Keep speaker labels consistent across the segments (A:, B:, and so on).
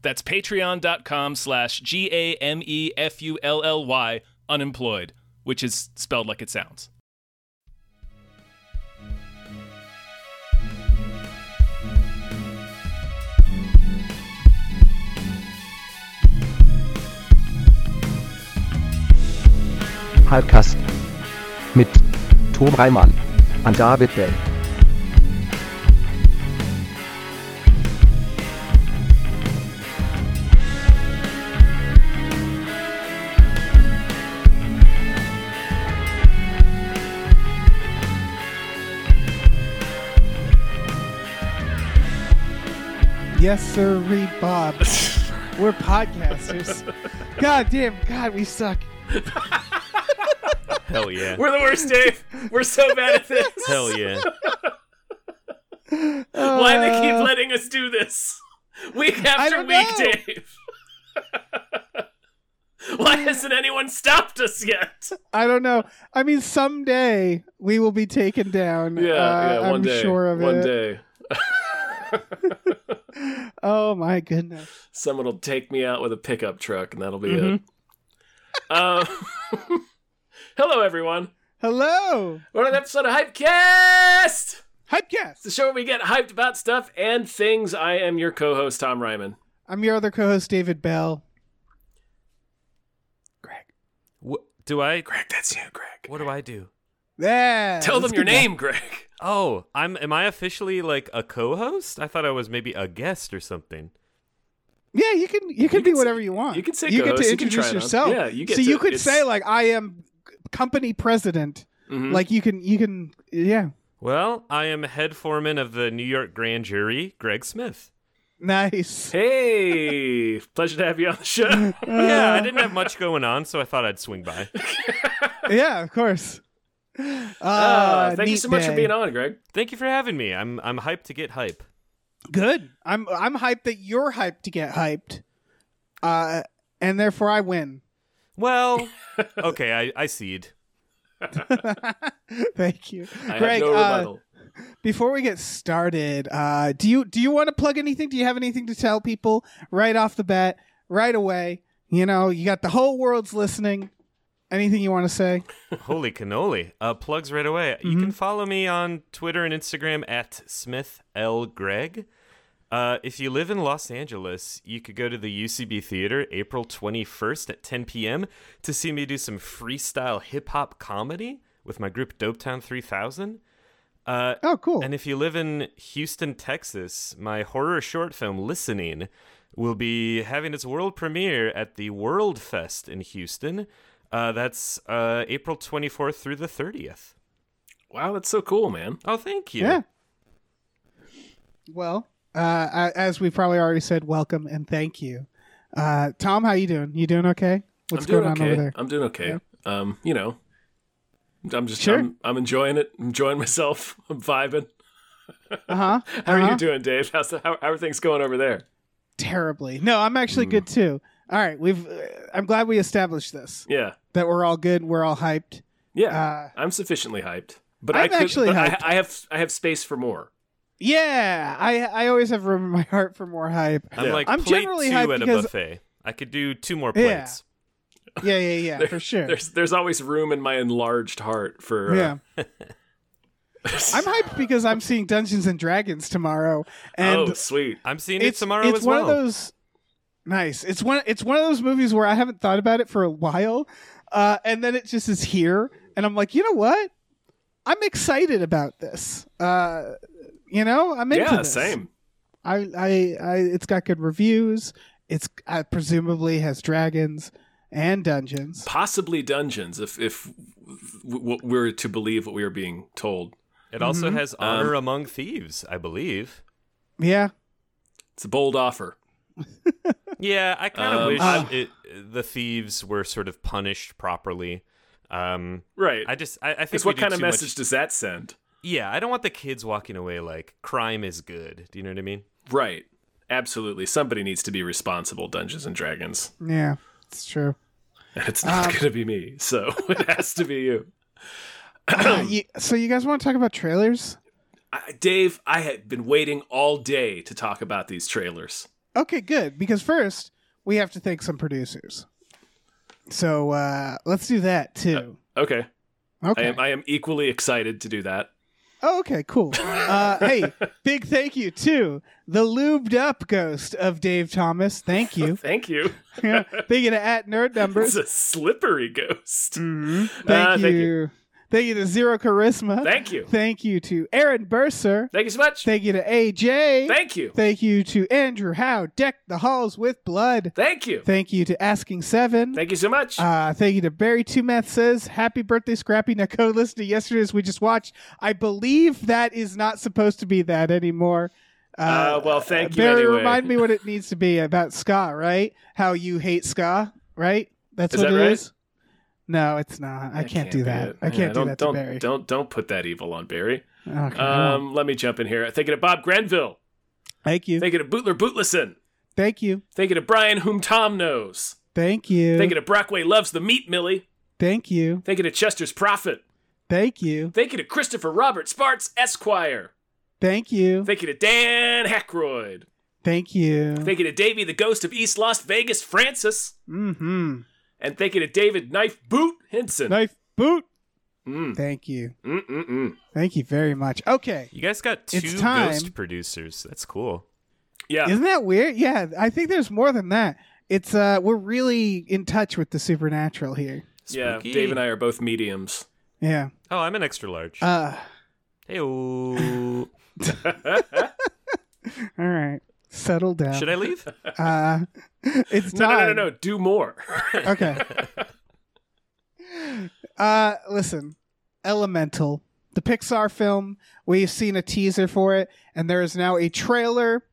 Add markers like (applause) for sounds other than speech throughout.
A: That's patreon.com slash G A M E F U L L Y unemployed, which is spelled like it sounds.
B: Halbkast mit Tom Reimann an David Bell.
C: Yes, sir, Reed
A: (laughs)
C: Bob. We're podcasters. God damn, God, we suck.
D: Hell yeah.
A: We're the worst, Dave. We're so bad at (laughs) this.
D: Hell yeah.
A: Why do they
C: Uh,
A: keep letting us do this? Week
C: I
A: after
C: don't
A: week,
C: know.
A: Dave. (laughs) Why hasn't anyone stopped us yet?
C: I don't know. I mean, someday we will be taken down.
A: Yeah, yeah,
C: Uh,
A: one
C: I'm
A: day.
C: sure of
A: one
C: it.
A: day.
C: Oh my goodness.
A: Someone will take me out with a pickup truck, and that'll be it.
C: Mhm. Mm-hmm.
A: (laughs) Uh, (laughs) hello, everyone.
C: Hello,
A: We're on an episode of Hypecast! It's
C: Hypecast.
A: the show where we get hyped about stuff and things. I am your co host, Tom Ryman.
C: I'm your other co-host, David Bell. Greg.
D: Wh- do I?
A: Greg, that's you, Greg.
D: What do I do?
C: Yeah.
A: Tell
C: that's
A: them your
C: good
A: name, Greg.
D: Oh, I'm. Am I officially like a co-host? I thought I was maybe a guest or something.
C: one. Yeah, you can you can
A: You can
C: be
A: say-
C: whatever you want.
A: you can say
C: you get
A: co-host,
C: to
A: you can try
C: introduce
A: it on.
C: yourself.
A: Yeah, you get
C: so
A: to-
C: you could
A: it's-
C: say like I am company president.
A: Mhm.
C: Like you can you can yeah.
D: Well, I am head foreman of the New York Grand Jury, Greg Smith.
A: (laughs)
C: Nice.
A: Hey, (laughs) pleasure to have you on the show.
D: yeah, I didn't have much going on, so I thought I'd swing by.
C: yeah, of course.
A: Uh,
C: (laughs)
A: (laughs)
C: Ah,
A: thank you
C: neat
A: so much for
C: day.
A: being on, Greg.
D: Thank you for having me. I'm I'm hyped to get hype.
C: Good. I'm I'm hyped that you're hyped to get hyped, uh, and therefore I win. (laughs)
D: Well, okay, I, I cede.
C: Thank you,
A: I
C: Greg.
A: have no
C: uh,
A: rebuttal.
C: before we get started, uh, do you do you want to plug anything? Do you have anything to tell people right off the bat, right away? You know, you got the whole world's listening. Anything you want to say?
D: Holy cannoli. Uh, plugs right away. You can follow me on Twitter and Instagram at Smith L. Gregg. Uh, if you live in Los Angeles, you could go to the UCB Theater April 21st at 10 p.m. to see me do some freestyle hip hop comedy with my group Dopetown 3000. Uh,
C: Oh, cool.
D: and if you live in Houston, Texas, my horror short film Listening will be having its world premiere at the World Fest in Houston. Uh, that's uh, April 24th through the 30th.
A: Wow, that's so cool, man.
D: Oh, thank you.
C: yeah. Well, uh, a- as we probably already said, welcome and thank you, uh, Tom. How you doing? You doing okay?
A: I'm
C: What's
A: doing
C: going
A: okay.
C: on over there?
A: I'm doing okay. Um, you know, I'm just
C: Sure.
A: I'm, I'm enjoying it. I'm enjoying myself. (laughs) I'm vibing.
C: Uh huh.
A: (laughs) How are you doing, Dave? How's the, how, how are things going over there?
C: terribly. No, I'm actually
A: Hmm.
C: good too. All right, we've. Uh, I'm glad we established this
A: Yeah,
C: that we're all good. We're all hyped.
A: yeah.
C: Uh,
A: I'm sufficiently hyped, but
C: I'm
A: I could,
C: actually
A: but I-
C: hyped.
A: I, have I have space for more.
C: yeah, I I always have room in my heart for more hype.
D: I'm
A: Yeah.
D: like
C: I'm
D: plate
C: generally
D: two
C: hyped
D: at a
C: because-
D: buffet. I could do two more
C: Yeah.
D: plates.
C: Yeah, yeah, yeah, for sure.
A: There's there's always room in my enlarged heart for uh, (laughs)
C: Yeah, I'm hyped because I'm seeing Dungeons and Dragons tomorrow, and
A: oh, sweet.
D: I'm seeing
C: it's
D: it tomorrow
C: it's
D: as
C: one
D: well.
C: of those. Nice. It's one. It's one of those movies where I haven't thought about it for a while, uh, and then it just is here, and I'm like, you know what? I'm excited about this. Uh, you know, I'm into
A: Yeah,
C: this.
A: same.
C: I, I, I, it's got good reviews. It's uh, presumably has dragons and dungeons.
A: Possibly dungeons, if if w- w- we're to believe what we are being told.
D: it also
A: Mm-hmm. Um,
D: has Honor Among Thieves, I believe.
C: Yeah,
A: It's a bold offer.
D: Yeah, I kind of
A: Um,
D: wish
C: Uh.
D: it, the thieves were sort of punished properly. Um,
A: Right.
D: I just I, I think
A: Because
D: we
A: what
D: do
A: kind of
D: too much-
A: message does that send?
D: Yeah, I don't want the kids walking away like crime is good. Do you know what I mean?
A: Right. Absolutely. Somebody needs to be responsible, Dungeons and Dragons.
C: Yeah, it's
A: (clears throat)
C: true.
A: And it's not
C: Um,
A: going to be me. So (laughs) it has to be you.
C: Uh, you- so you guys want to talk about trailers?
A: I, Dave, I have been waiting all day to talk about these trailers.
C: Okay, good. Because first we have to thank some producers. So uh, let's do that too.
A: Okay. I
C: Okay.
A: am, I am equally excited to do that.
C: Oh, okay, cool. Uh,
A: (laughs)
C: hey, big thank you to the lubed up ghost of Dave Thomas.
A: (laughs)
C: Thank you.
A: Thank you.
C: thank you to at nerd
A: It's
C: numbers.
A: a slippery ghost.
C: Mhm.
A: Ah,
C: Thank, you.
A: thank
C: thank
A: you.
C: you. to Zero Charisma.
A: Thank you.
C: Thank you to Aaron Burser.
A: Thank you so much.
C: Thank you to AJ.
A: Thank you.
C: Thank you to Andrew Howe. Deck the halls with blood.
A: Thank you.
C: Thank you to Asking Seven.
A: Thank you so much.
C: Uh, thank you to Barry Two Math says happy birthday Scrappy. Now go listen to yesterday's we just watched. I believe that is not supposed to be that anymore. Uh,
A: Uh, well, thank you
C: Barry,
A: anyway.
C: remind
A: (laughs)
C: me what it needs to be about ska, right? How you hate ska, right? That's
A: Is
C: what it
A: that
C: is.
A: right?
C: No, I can't,
A: I
C: do
A: be
C: that.
A: it.
C: I
A: Yeah,
C: can't do
A: don't,
C: that
A: don't,
C: to Barry.
A: Don't don't put that evil on Barry.
C: Okay, I won't.
A: Um, let me jump in here. Thinking of Bob Grenville.
C: thank you. Thank,
A: Thinking of Bootler Bootlesson.
C: you.
A: Thinking of Brian, whom Tom knows.
C: Thank you.
A: Thinking of Brockway loves the meat, Millie.
C: Thank you.
A: Thinking of Chester's prophet.
C: Thank you.
A: Thinking of Christopher Robert Sparks Esquire.
C: Thank you.
A: Thinking of Dan Aykroyd.
C: Thank you.
A: Thinking of Davy, the ghost of East Las Vegas, Francis.
C: Mm-hmm.
A: And thinking of David Knife Boot Henson.
C: Knife boot.
A: Mm,
C: Thank you.
A: mm, mm, mm.
C: Thank you very much. Okay.
D: You guys got two
C: It's time.
D: ghost producers. That's cool.
A: Yeah.
C: Isn't that weird? Yeah, I think there's more than that. It's uh we're really in touch with the supernatural here.
A: Yeah.
D: Spooky.
A: Dave and I are both mediums.
C: Yeah.
D: Oh, I'm an extra large.
C: Uh (laughs)
D: hey, oh.
C: all right. Settle down.
D: should I leave?
A: (laughs)
C: Uh (laughs) it's
A: No, no,
C: time.
A: no, no, no. Do more. (laughs)
C: Okay. uh listen. Elemental. The Pixar film. We've seen a teaser for it, and there is now a trailer.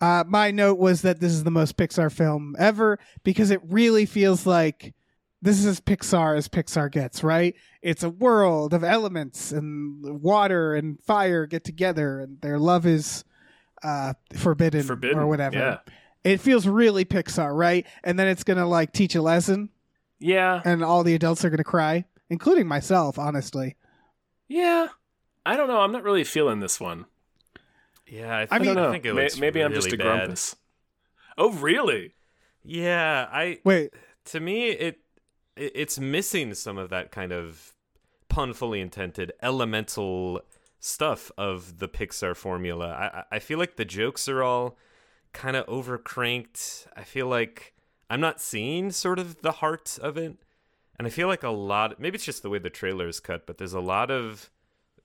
C: Uh, my note was that this is the most Pixar film ever because it really feels like this is as Pixar as Pixar gets, right? It's a world of elements and water and fire get together, and their love is uh, forbidden,
A: Forbidden,
C: or whatever.
A: yeah.
C: It feels really Pixar, right? And then it's gonna like teach a lesson,
A: yeah.
C: and all the adults are gonna cry, including myself, honestly.
A: Yeah. I don't know. I'm not really feeling this one.
D: Yeah, I,
C: I
D: think-
C: mean-
A: I don't know.
D: think it
A: May-
D: looks
A: maybe I'm just a
D: really bad.
A: grumpus. Oh, really?
D: Yeah, I
C: Wait,
D: to me it it- it's missing some of that kind of punfully intended elemental stuff of the Pixar formula. I I- I feel like the jokes are all kind of overcranked. I feel like I'm not seeing sort of the heart of it. And I feel like a lot maybe it's just the way the trailer is cut, but there's a lot of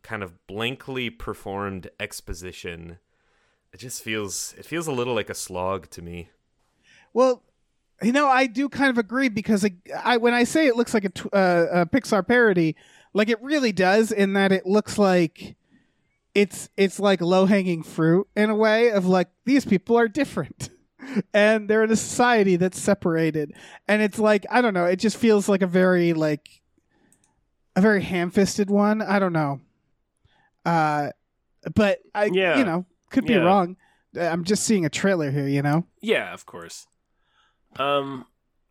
D: kind of blankly performed exposition. It just feels it feels a little like a slog to me.
C: Well, you know, I do kind of agree because I, I when I say it looks like a, tw- uh, a Pixar parody, like it really does in that it looks like it's it's like low hanging fruit in a way of like these people are different. (laughs) And they're in a society that's separated, and it's like I don't know. It just feels like a very like a very ham-fisted one. I don't know, uh, but I
A: Yeah.
C: you know could be
A: Yeah.
C: wrong. Uh, I'm just seeing a trailer here, you know.
A: Yeah, of course. Um,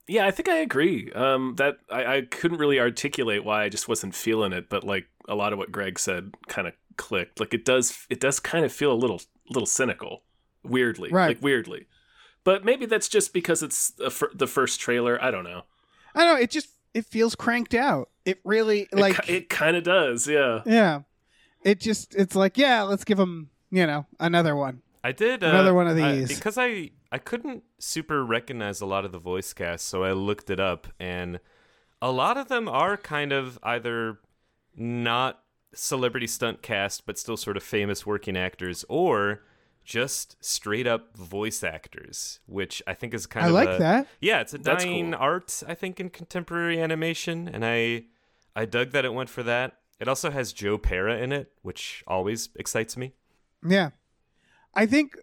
A: yeah, I think I agree. Um, that I, I couldn't really articulate why I just wasn't feeling it, but like a lot of what Greg said kind of clicked. Like it does, it does kind of feel a little, little cynical, weirdly,
C: Right.
A: like weirdly. But maybe that's just because it's the fir- the first trailer. I don't know.
C: I don't know. It just it feels cranked out. It really
A: It
C: like
A: ki- it kind of does. Yeah.
C: yeah. It just it's like yeah, let's give them you know another one.
D: I did uh,
C: Another one of
D: I-
C: these.
D: because I I couldn't super recognize a lot of the voice cast, so I looked it up, and a lot of them are kind of either not celebrity stunt cast, but still sort of famous working actors, or just straight up voice actors, which I think is kind
C: I
D: of
C: like
D: a-
C: that.
D: Yeah, it's a
A: That's
D: dying
A: cool.
D: art, I think, in contemporary animation, and I I dug that it went for that. It also has Joe Para in it, which always excites me.
C: Yeah, I think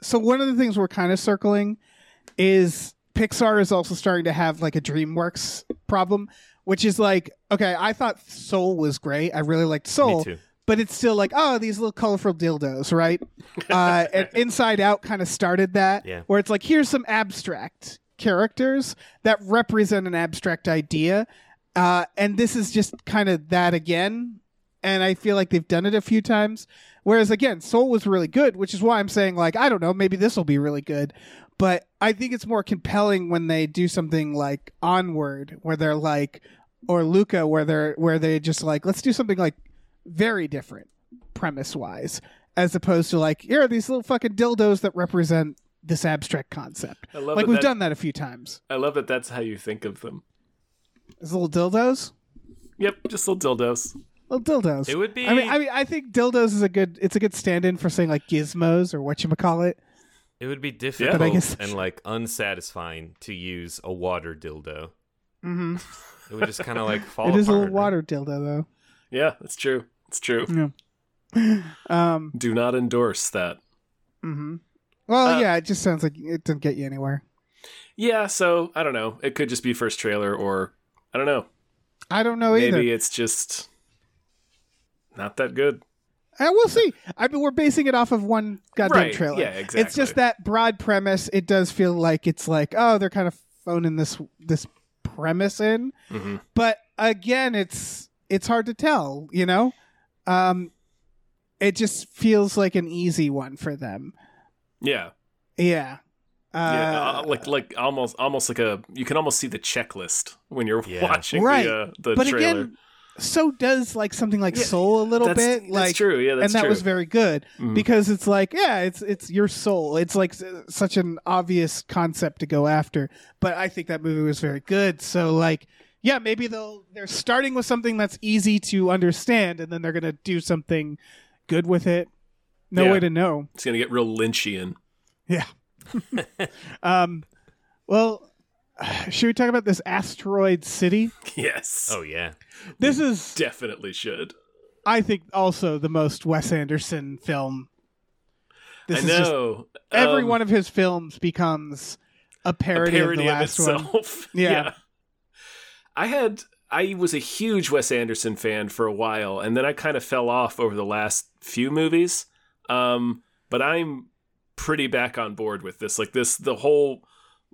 C: so one of the things we're kind of circling is Pixar is also starting to have like a DreamWorks problem, which is like, okay, I thought Soul was great. I really liked Soul.
D: Me too.
C: But it's still like, oh, these little colorful dildos, right? uh, and Inside Out kind of started that,
D: Yeah.
C: where it's like, here's some abstract characters that represent an abstract idea. Uh, and this is just kind of that again. And I feel like they've done it a few times. Whereas again, Soul was really good, which is why I'm saying like I don't know, maybe this will be really good. But I think it's more compelling when they do something like Onward, where they're like, or Luca, where they're where they just like let's do something like very different premise wise, as opposed to like here are these little fucking dildos that represent this abstract concept.
A: I love
C: like
A: that
C: we've
A: that-
C: done that a few times.
A: I love that that's how you think of them.
C: These little dildos,
A: Yep, just little dildos.
C: little dildos.
D: It would be.
C: I mean, I mean, I think dildos is a good. It's a good stand-in for saying like gizmos or what you call it.
D: it would be difficult
C: But I guess-
D: and like unsatisfying to use a water dildo.
C: Mm-hmm.
D: It would just kind
C: (laughs)
D: of like fall.
C: It is a
D: apart,
C: little water dildo
A: Yeah, that's true. It's true.
C: Mm. though. (laughs) Um.
A: Do not endorse that.
C: hmm Well,
A: Uh,
C: yeah, it just sounds like it doesn't get you anywhere.
A: Yeah, so I don't know. It could just be first trailer, or I don't know.
C: I don't know either.
A: Maybe it's just not that good.
C: And Uh, we'll see. I mean, we're basing it off of one goddamn
A: Right,
C: trailer.
A: yeah,
C: It's just
A: exactly.
C: that broad premise. It does feel like it's like, oh, they're kind of phoning this this premise in,
A: Mhm.
C: but again, it's it's hard to tell. You know, um, it just feels like an easy one for them.
A: Yeah,
C: Yeah.
A: yeah,
C: Uh,
A: uh, like like almost almost like a you can almost see the checklist when you're
D: Yeah.
A: watching
C: Right.
A: the uh, the
C: but
A: trailer.
C: again, so does like something like
A: Yeah,
C: Soul a little
A: that's,
C: bit.
A: that's
C: like
A: true. Yeah, that's
C: and that
A: true.
C: was very good
A: Mhm.
C: because it's like yeah it's it's your soul it's like s- such an obvious concept to go after but i think that movie was very good so like yeah maybe they'll they're starting with something that's easy to understand and then they're gonna do something good with it no
A: Yeah.
C: way to know
A: it's gonna get real Lynchian. (laughs)
C: yeah um well (sighs) should we talk about this asteroid city
A: Yes.
D: Oh yeah.
C: this is
A: definitely should.
C: i think also the most wes anderson film
A: I
C: this is just
A: know.
C: every
A: Um,
C: one of his films becomes a parody, of the last one.
A: itself. (laughs)
C: Yeah.
A: I had I was a huge Wes Anderson fan for a while and then I kind of fell off over the last few movies. Um but I'm pretty back on board with this. Like this the whole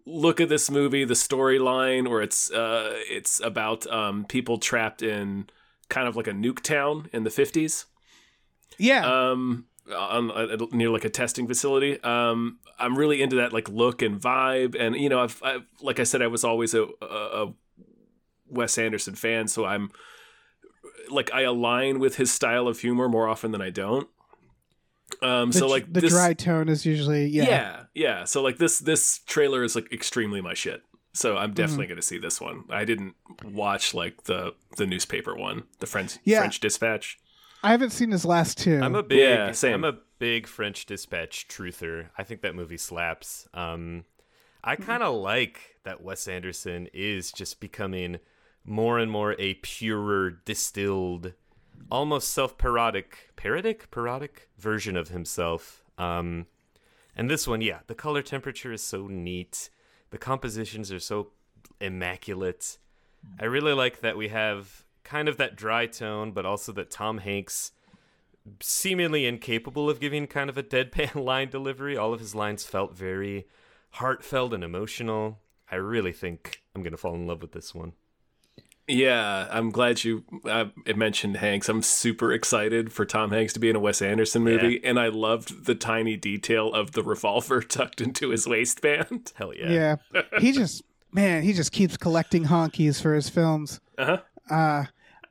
A: look at this movie, the storyline where it's uh it's about um people trapped in kind of like a nuke town in the 50s
C: Yeah,
A: um on, uh, near like a testing facility um i'm really into that like look and vibe and you know i've, I've like i said i was always a, a, a wes anderson fan so i'm like i align with his style of humor more often than i don't um
C: the,
A: so
C: dr-
A: like
C: the
A: this,
C: dry tone is usually yeah.
A: yeah. yeah so like this this trailer is like extremely my shit so
C: Mm-hmm.
A: i'm definitely going to see this one i didn't watch like the the newspaper one the french
C: Yeah.
A: french dispatch
C: I haven't seen his last two.
D: I'm a big
A: Yeah, same.
D: I'm a big French Dispatch truther. I think that movie slaps. Um, I kind of like that Wes Anderson is just becoming more and more a purer, distilled, almost self-parodic, parodic, parodic version of himself. Um, and this one, yeah, the color temperature is so neat. The compositions are so immaculate. I really like that we have kind of that dry tone, but also that Tom Hanks seemingly incapable of giving kind of a deadpan (laughs) line delivery. All of his lines felt very heartfelt and emotional. I really think I'm gonna fall in love with this one.
A: Yeah, I'm glad you uh, it mentioned Hanks. I'm super excited for Tom Hanks to be in a Wes Anderson movie, and I loved the tiny detail of the revolver (laughs) tucked into his waistband.
D: Hell yeah!
C: yeah. he just man, he just keeps collecting honkies for his films.
A: Uh-huh.
C: Uh,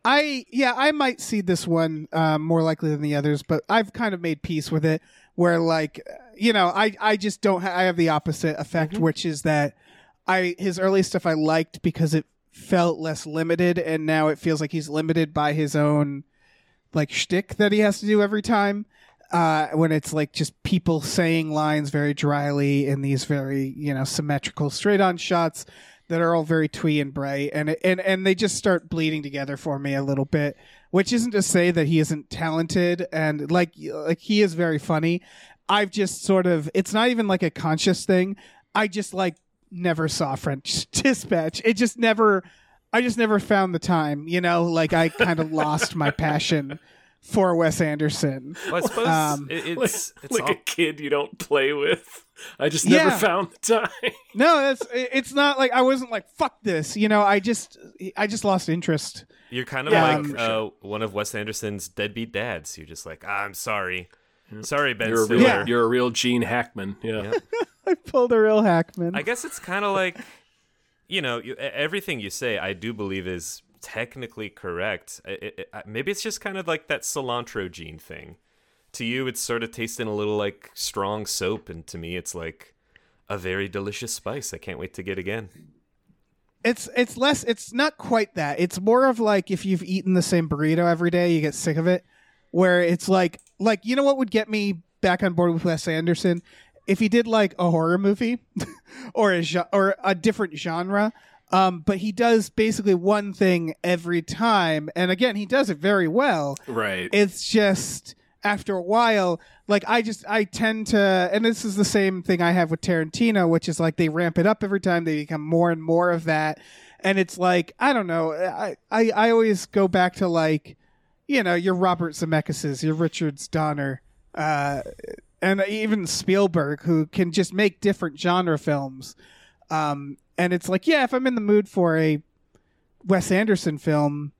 C: I yeah, I might see this one uh, more likely than the others, but I've kind of made peace with it. Where like you know, I I just don't. Ha- I have the opposite effect, which is that I his early stuff I liked because it felt less limited, and now it feels like he's limited by his own like shtick that he has to do every time. Uh, when it's like just people saying lines very dryly in these very you know symmetrical straight on shots that are all very twee and bright, and it- and and they just start bleeding together for me a little bit. Which isn't to say that he isn't talented, and like like he is very funny. I've just sort of it's not even like a conscious thing. I just like never saw French (laughs) Dispatch. It just never. I just never found the time, you know. Like I kind of lost my passion for Wes Anderson.
D: Well, I suppose
C: Um,
D: it-
A: (laughs) Like,
D: it's it's
A: like
D: all,
A: a kid you don't play with. I just
C: Yeah.
A: never found the time.
C: No, that's it- it's not like I wasn't like fuck this, you know. I just I just lost interest.
D: you're kind of
A: Yeah,
D: like
A: for
D: uh, one of Wes Anderson's deadbeat dads. You're just like, ah, I'm sorry, sorry, Ben
A: You're a real,
D: Stiller.
C: Yeah.
A: you're a real Gene Hackman. Yeah.
D: Yeah.
C: (laughs) I pulled a real Hackman.
D: I guess it's kind of like, you know, you, e- everything you say, I do believe is technically correct. I- I- I- maybe it's just kind of like that cilantro gene thing. To you, it's sort of tasting a little like strong soap, and to me, it's like a very delicious spice. I can't wait to get again.
C: it's it's less it's not quite that. It's more of like if you've eaten the same burrito every day, you get sick of it. Where it's like like you know what would get me back on board with Wes Anderson if he did like a horror movie (laughs) or a gen- or a different genre. Um, but he does basically one thing every time, and again, he does it very well.
A: Right.
C: it's just after a while like i just i tend to and this is the same thing i have with tarantino which is like they ramp it up every time they become more and more of that and it's like i don't know i i, I always go back to like you know your robert zemeckis's your richard's donner uh and even spielberg who can just make different genre films um and it's like yeah if i'm in the mood for a wes anderson film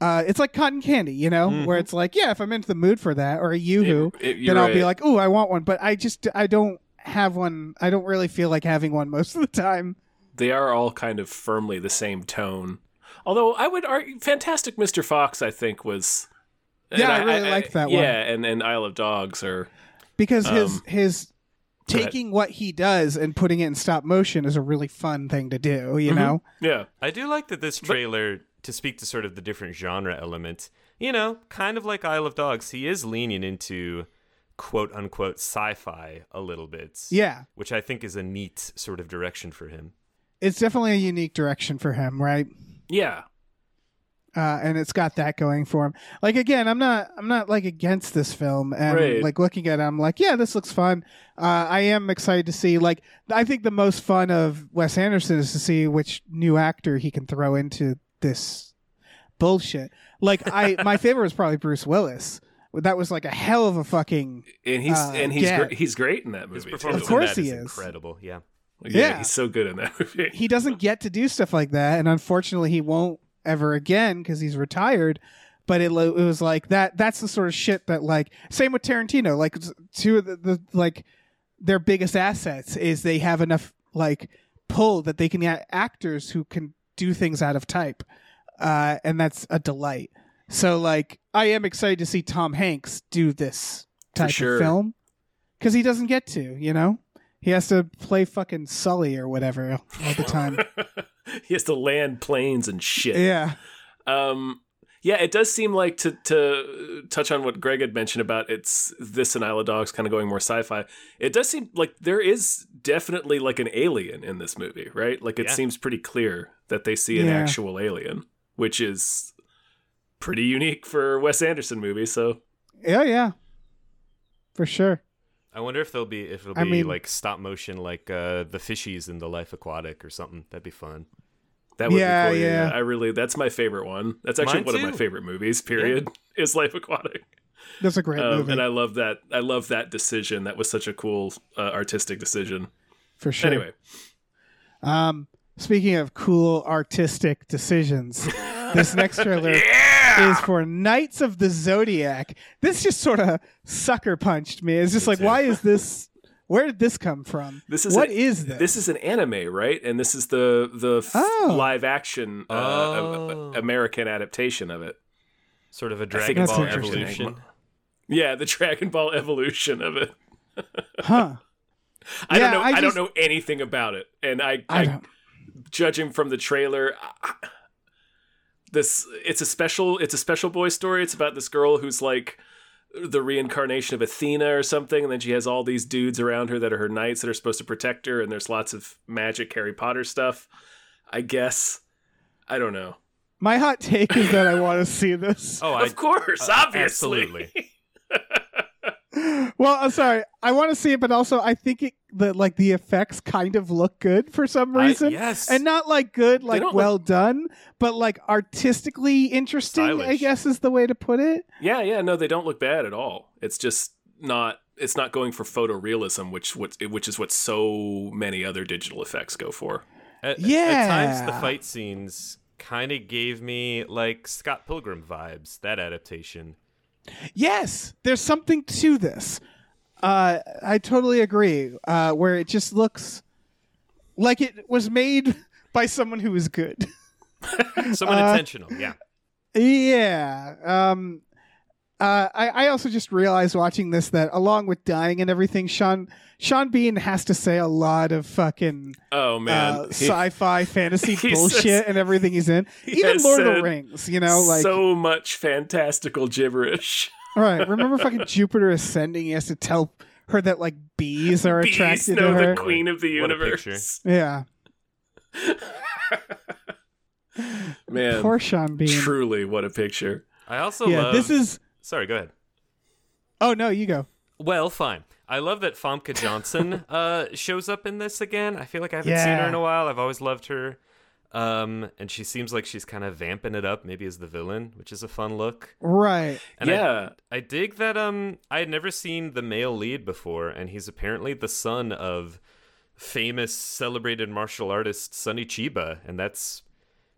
C: uh, it's like cotton candy, you know,
D: Mhm.
C: where it's like, yeah, if I'm into the mood for that or a yoo-hoo,
A: Mm-hmm. It- it- you're
C: then I'll be
A: right.
C: like, oh, I want one. But I just, I don't have one. I don't really feel like having one most of the time.
A: they are all kind of firmly the same tone. Although I would argue, Fantastic Mr. Fox, I think was. and
C: Yeah, I really liked that one.
A: Yeah, and, and Isle of Dogs are.
C: because his
A: Um,
C: his
A: go ahead.
C: taking what he does and putting it in stop motion is a really fun thing to do
A: Mm-hmm.
D: Mm-hmm.
C: you know
A: Yeah.
D: I do like that this trailer, to speak to sort of the different genre element, you know, kind of like Isle of Dogs, he is leaning into quote unquote sci fi a little bit.
C: yeah
D: Which I think is a neat sort of direction for him.
C: it's definitely a unique direction for him right
A: Yeah.
C: uh, and it's got that going for him like again i'm not i'm not like against this film and
A: Right.
C: like looking at it i'm like yeah this looks fun uh, i am excited to see like i think the most fun of wes anderson is to see which new actor he can throw into this bullshit like i my favorite was probably bruce willis that was like a hell of a fucking
A: And he's
C: Uh,
A: and he's
C: yeah.
A: gr- he's great in that
D: His
A: movie.
D: performance
A: too.
C: Of course
D: in that
C: he
D: is
C: is.
D: incredible. Yeah.
A: Yeah,
C: Yeah.
A: he's so good in that (laughs) movie.
C: he doesn't get to do stuff like that, and unfortunately, he won't ever again because he's retired. But it, lo- it was like that. That's the sort of shit that like same with Tarantino. Like s- two of the, the like their biggest assets is they have enough like pull that they can get actors who can do things out of type, uh, and that's a delight. So like I am excited to see Tom Hanks do this
A: For
C: type
A: sure.
C: of film because he doesn't get to, you know. He has to play fucking Sully or whatever all
A: (laughs)
C: the time.
A: he has to land planes and shit.
C: yeah.
A: Um, yeah, it does seem like to to touch on what Greg had mentioned about it's this and Isle of Dogs kind of going more sci-fi. It does seem like there is definitely like an alien in this movie, right? Like it
D: Yeah.
A: seems pretty clear that they see an
C: Yeah.
A: actual alien, which is pretty unique for a Wes Anderson movie. So
C: Yeah, yeah. For sure.
D: I wonder if they'll be if it'll be
C: I mean-
D: like stop motion like uh the fishies in the Life Aquatic or something. That'd be fun.
A: that would
C: Yeah,
A: be cool.
C: yeah.
A: I really that's my favorite one. That's actually
D: Mine
A: one of my
D: too.
A: favorite movies. Period (laughs) is Life Aquatic.
C: That's a great
A: Um,
C: movie.
A: and I love that. I love that decision. That was such a cool uh, artistic decision.
C: for sure.
A: Anyway,
C: Um, speaking of cool artistic decisions,
A: (laughs)
C: this next trailer is for Knights of the Zodiac. This just sort of sucker punched me. It's just like,
D: too.
C: why is this? Where did this come from?
A: This is
C: what
A: an-
C: is this?
A: This is an anime, right? And this is the the f-
C: Oh.
A: live action uh,
D: Oh.
A: a- a- American adaptation of it.
D: Sort of a
A: think
D: Dragon
C: it's
D: Ball
C: interesting.
D: evolution.
A: Yeah, the (laughs) Dragon Ball evolution of it.
C: huh?
A: I don't
C: Yeah,
A: know.
C: I
A: I,
C: just-
A: don't know anything about it, and I, I,
C: I don't.
A: judging from the trailer, I- I- this it's a special it's a special boy story. It's about this girl who's like the reincarnation of Athena or something, and then she has all these dudes around her that are her knights that are supposed to protect her, and there's lots of magic Harry Potter stuff. I guess. I don't know.
C: My hot take is that I want to see this.
D: Oh, I
A: of course,
D: uh,
A: obviously.
D: absolutely.
C: Well, I'm sorry. I want to see it, but also I think it the like the effects kind of look good for some
D: I-
C: reason.
D: yes.
C: And not like good, like
A: don't
C: well done, but like artistically interesting, I
D: Stylish.
C: guess is the way to put it.
A: (laughs) yeah, yeah, no, they don't look bad at all. It's just not it's not going for photorealism, which what which is what so many other digital effects go for.
D: At,
C: Yeah.
D: At times, the fight scenes kind of gave me like Scott Pilgrim vibes. That adaptation.
C: Yes, there's something to this. Uh, I totally agree. Uh, where it just looks like it was made (laughs) by someone who is good.
D: Someone
C: Uh,
D: intentional. Yeah.
C: Yeah. Um, uh, I, I also just realized watching this that along with dying and everything, Sean Sean Bean has to say a lot of fucking
A: Oh man.
C: uh,
A: He- (laughs)
D: (laughs)
C: sci-fi fantasy
A: he
C: bullshit
A: says-
C: and everything he's in.
A: he
C: Even
A: has
C: Lord of the
A: said
C: Rings, you know, like
A: so much fantastical
C: (laughs)
A: gibberish.
C: all right.
A: (laughs)
C: Remember fucking Jupiter ascending? He has to tell her that like bees are
A: Bees
C: attracted
A: know
C: to her.
A: the queen of the
D: What a
A: universe.
C: yeah,
A: Man,
C: poor Sean Bean.
A: truly, what a picture.
D: I also
C: Yeah,
D: love.
C: this is.
D: Sorry, go ahead.
C: Oh no, you go.
D: Well, fine. I love that Famke
C: (laughs)
D: Johnson uh, shows up in this again. I feel like I haven't seen her
C: Yeah.
D: in a while. I've always loved her. Um, and she seems like she's kind of vamping it up, maybe as the villain, which is a fun look.
C: Right.
D: And I-
A: yeah,
D: I dig that um I had never seen the male lead before, and he's apparently the son of famous celebrated martial artist Sonny Chiba, and that's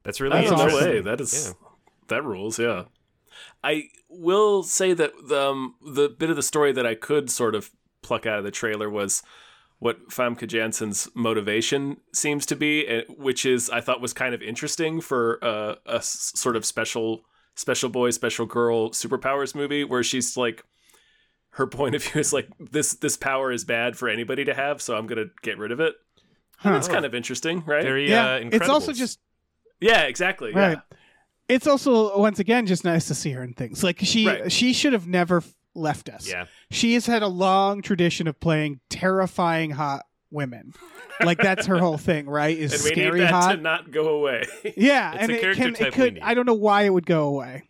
D: that's really
A: I
C: That's
A: don't know.
C: awesome.
A: Hey, that is that rules. Yeah, I will say that the um, the bit of the story that I could sort of pluck out of the trailer was what Famke Janssen's motivation seems to be, eh, which is I thought was kind of interesting for uh, a s- sort of special special boy special girl superpowers movie where she's like her point of view is like this this power is bad for anybody to have so i'm gonna get rid of it
C: Huh.
A: that's kind of interesting right
D: very
C: yeah.
D: uh,
C: it's also
D: Incredibles.
C: just
A: yeah exactly
C: Right.
A: yeah
C: It's also once again just nice to see her in things. Like she
A: Right.
C: she should have never f- left us.
D: yeah.
C: She has had a long tradition of playing terrifying hot women. like that's her whole thing, right? Is
A: and we
C: scary
A: need that
C: hot.
A: to not go away.
C: (laughs) yeah,
D: It's
C: and
D: a
C: it
D: character
C: can it
D: type we
C: could
D: need.
C: I don't know why it would go away.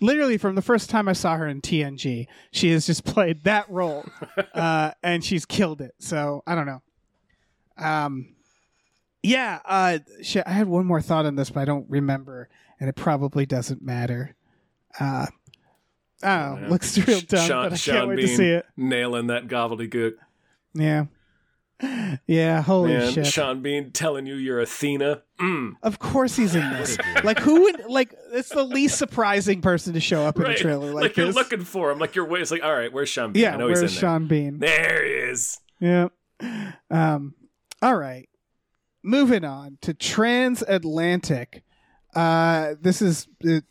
C: Literally from the first time I saw her in TNG, she has just (laughs) played that
A: (laughs)
C: role. uh, and she's killed it. So, I don't know. Um yeah, uh, shit, I had one more thought on this, but I don't remember, and it probably doesn't matter. Uh, I don't know.
A: Yeah.
C: Looks real dumb,
A: Sean,
C: but I
A: Sean
C: can't wait
A: Bean
C: to see it.
A: nailing that gobbledygook.
C: Yeah, yeah. Holy
A: Man,
C: shit!
A: Sean Bean telling you you're Athena. Mm.
C: Of course he's in this. like, who would like? It's the least surprising person to show up in
A: Right.
C: a trailer like,
A: you're
C: this.
A: looking for him. Like you're waiting. It's like, all right, where's Sean Bean?
C: yeah,
A: I know
C: where's
A: he's in
C: Sean Bean?
A: there. There he is.
C: Yeah. Um, all right. Moving on to Transatlantic. Uh, this is. It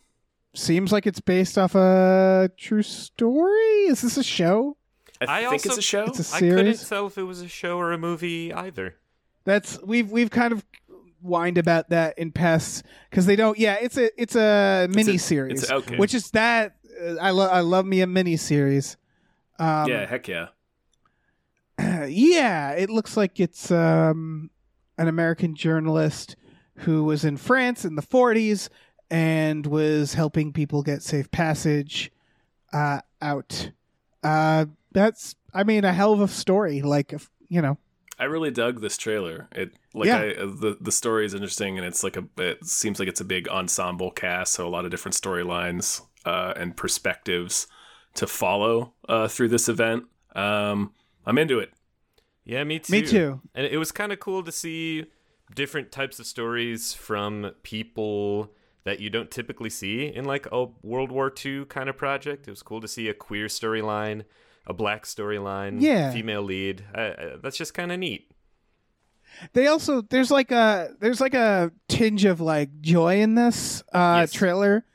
C: seems like it's based off a true story. Is this a show?
A: I,
D: I
A: think
D: also-
A: it's a show.
C: It's a
D: I couldn't
C: series.
D: tell if it was a show or a movie either.
C: That's we've we've kind of whined about that in past because they don't. Yeah, it's a it's a mini series,
A: it's a- okay.
C: which is that uh, I love I love me a mini series. Um,
A: yeah, heck yeah.
C: (clears throat) yeah, it looks like it's um, an American journalist who was in France in the 40s and was helping people get safe passage uh, out. Uh, that's, I mean, a hell of a story. Like, if- you know,
A: I really dug this trailer. It like
C: Yeah.
A: I, uh, the the story is interesting, and it's like a it seems like it's a big ensemble cast, so a lot of different storylines uh, and perspectives to follow uh, through this event. Um, I'm into it.
D: Yeah, me too.
C: me too.
D: And it was kind of cool to see different types of stories from people that you don't typically see in like a World War II kind of project. It was cool to see a queer storyline, a black storyline,
C: Yeah.
D: female lead. Uh, Uh, that's just kind of neat.
C: They also, there's like a, there's like a tinge of like joy in this uh,
D: Yes.
C: trailer.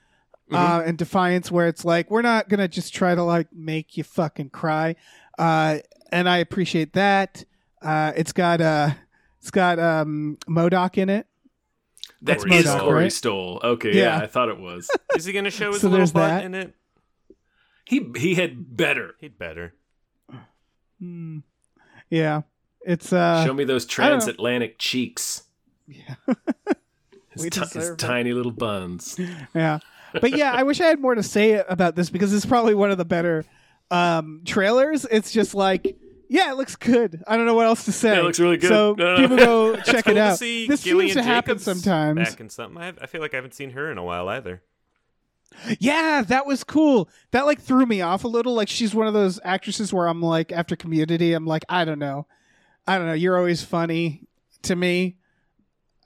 C: Uh, and defiance where it's like we're not gonna just try to like make you fucking cry uh, and I appreciate that. Uh, it's got uh, it's got um, Modoc in it.
A: That
D: Corey
A: is
D: Stoll,
A: Corey
C: right?
A: Stoll. Okay, yeah.
C: Yeah.
A: I thought it was.
D: Is he going to show his
C: So
D: little
C: there's
D: butt
C: that.
D: in it?
A: he he had better
D: He'd better.
C: Hmm. Yeah, uh, it's uh,
A: show me those
C: I don't know.
A: transatlantic cheeks. (laughs) His,
C: We
A: ti- his
C: deserve it.
A: tiny little buns.
C: Yeah. But yeah, I wish I had more to say about this because it's probably one of the better um, trailers. It's just like, yeah, it looks good. I don't know what else to say.
A: Yeah, it looks really good.
C: So
A: No, no, no.
C: people go check
D: Cool
C: it
D: to
C: out.
D: see
C: this
D: Gillian
C: seems to happen
D: Jacobs
C: sometimes.
D: Back in something, I, I feel like I haven't seen her in a while either.
C: Yeah, that was cool. That like threw me off a little. Like she's one of those actresses where I'm like, after Community, I'm like, I don't know, I don't know. You're always funny to me,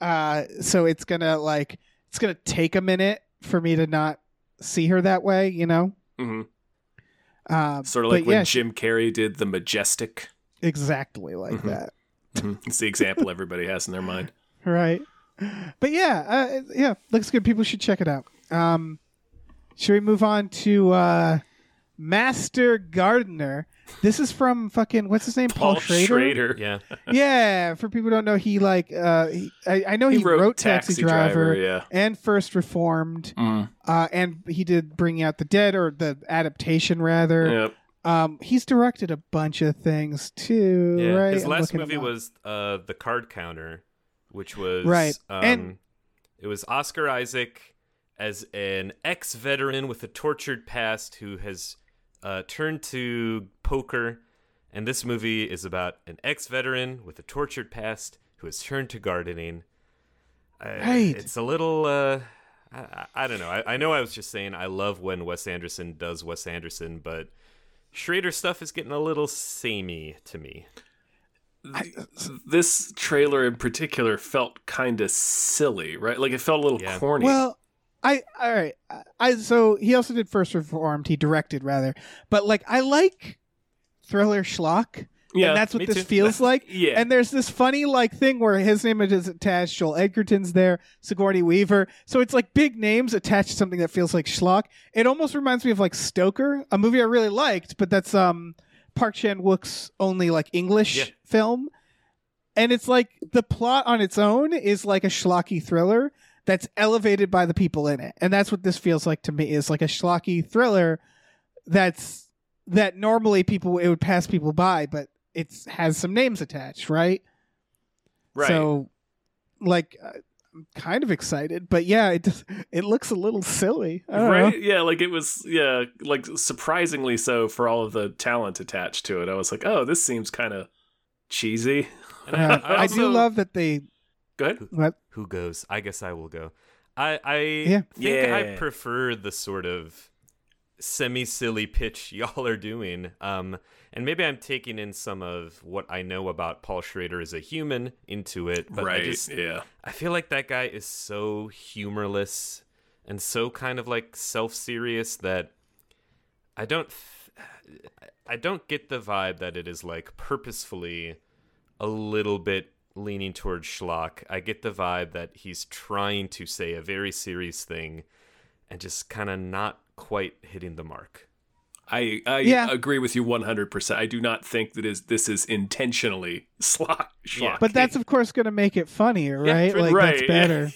C: uh, so it's gonna like it's gonna take a minute for me to not see her that way, you know.
A: Mhm.
C: Um,
A: Sort of like
C: but
A: when
C: yeah,
A: Jim Carrey did the majestic.
C: exactly like
A: Mhm.
C: that,
A: Mhm. It's the example everybody has in their mind.
C: right? But yeah, uh, it- yeah, looks good. People should check it out. Um, should we move on to uh, Master Gardener? This is from fucking what's his name, Paul, Schrader.
D: Yeah,
C: Yeah, for people who don't know, he like uh, he, I, I know
A: He,
C: he,
A: wrote, Taxi, Driver. Yeah.
C: and First Reformed,
A: Mm.
C: uh, and he did Bring Out the Dead or the adaptation rather.
A: Yep.
C: Um, he's directed a bunch of things too,
D: yeah.
C: right?
D: His
C: I'm
D: last
C: looking him
D: movie
C: up.
D: was uh, the Card Counter, which was
C: Right.
D: um,
C: And-
D: it was Oscar Isaac as an ex-veteran with a tortured past who has uh, turned to poker, and this movie is about an ex-veteran with a tortured past who has turned to gardening. Uh,
C: Right.
D: It's a little. Uh, I- I, I don't know. I, I know I was just saying I love when Wes Anderson does Wes Anderson, but Schrader stuff is getting a little samey to me.
A: This trailer in particular felt kind of silly, right? Like it felt a little
D: Yeah.
A: corny.
C: Well, I all right. I- I so he also did First Reformed. He directed rather, but like I like thriller schlock.
A: yeah.
C: and that's what
D: me
C: this
D: too. (laughs)
C: feels like.
A: Yeah.
C: And there's this funny like thing where his name is attached, Joel Edgerton's there, Sigourney Weaver. So it's like big names attached to something that feels like schlock. It almost reminds me of like Stoker, a movie I really liked, but that's um Park Chan Wook's only like English
D: Yeah.
C: film. And it's like the plot on its own is like a schlocky thriller that's elevated by the people in it. And that's what this feels like to me is like a schlocky thriller that's that normally people it would pass people by, but it has some names attached, right?
A: right.
C: So, like, uh, I'm kind of excited, but yeah, it just, it looks a little silly, I don't know.
A: right? Yeah, like it was yeah, like surprisingly so for all of the talent attached to it. I was like, "Oh, this seems kind of cheesy."
D: And
A: (laughs)
C: Yeah.
D: I, I
C: I
D: also,
C: do love that they
A: Go ahead.
C: what
D: who goes. I guess I will go. I I think
A: Yeah.
D: I prefer the sort of semi silly pitch (laughs) y'all are doing. Um, and maybe I'm taking in some of what I know about Paul Schrader as a human into it. But
A: right.
D: I just
A: yeah.
D: I feel like that guy is so humorless and so kind of like self serious that I don't th- I don't get the vibe that it is like purposefully a little bit leaning towards schlock. I get the vibe that he's trying to say a very serious thing and just kind of not quite hitting the mark.
A: I I
C: Yeah.
A: agree with you 100%. I do not think that is this is intentionally (laughs) schlock.
D: Yeah.
C: But that's of course going to make it funnier, right?
A: for-
C: like that's
A: right, (laughs)
C: better.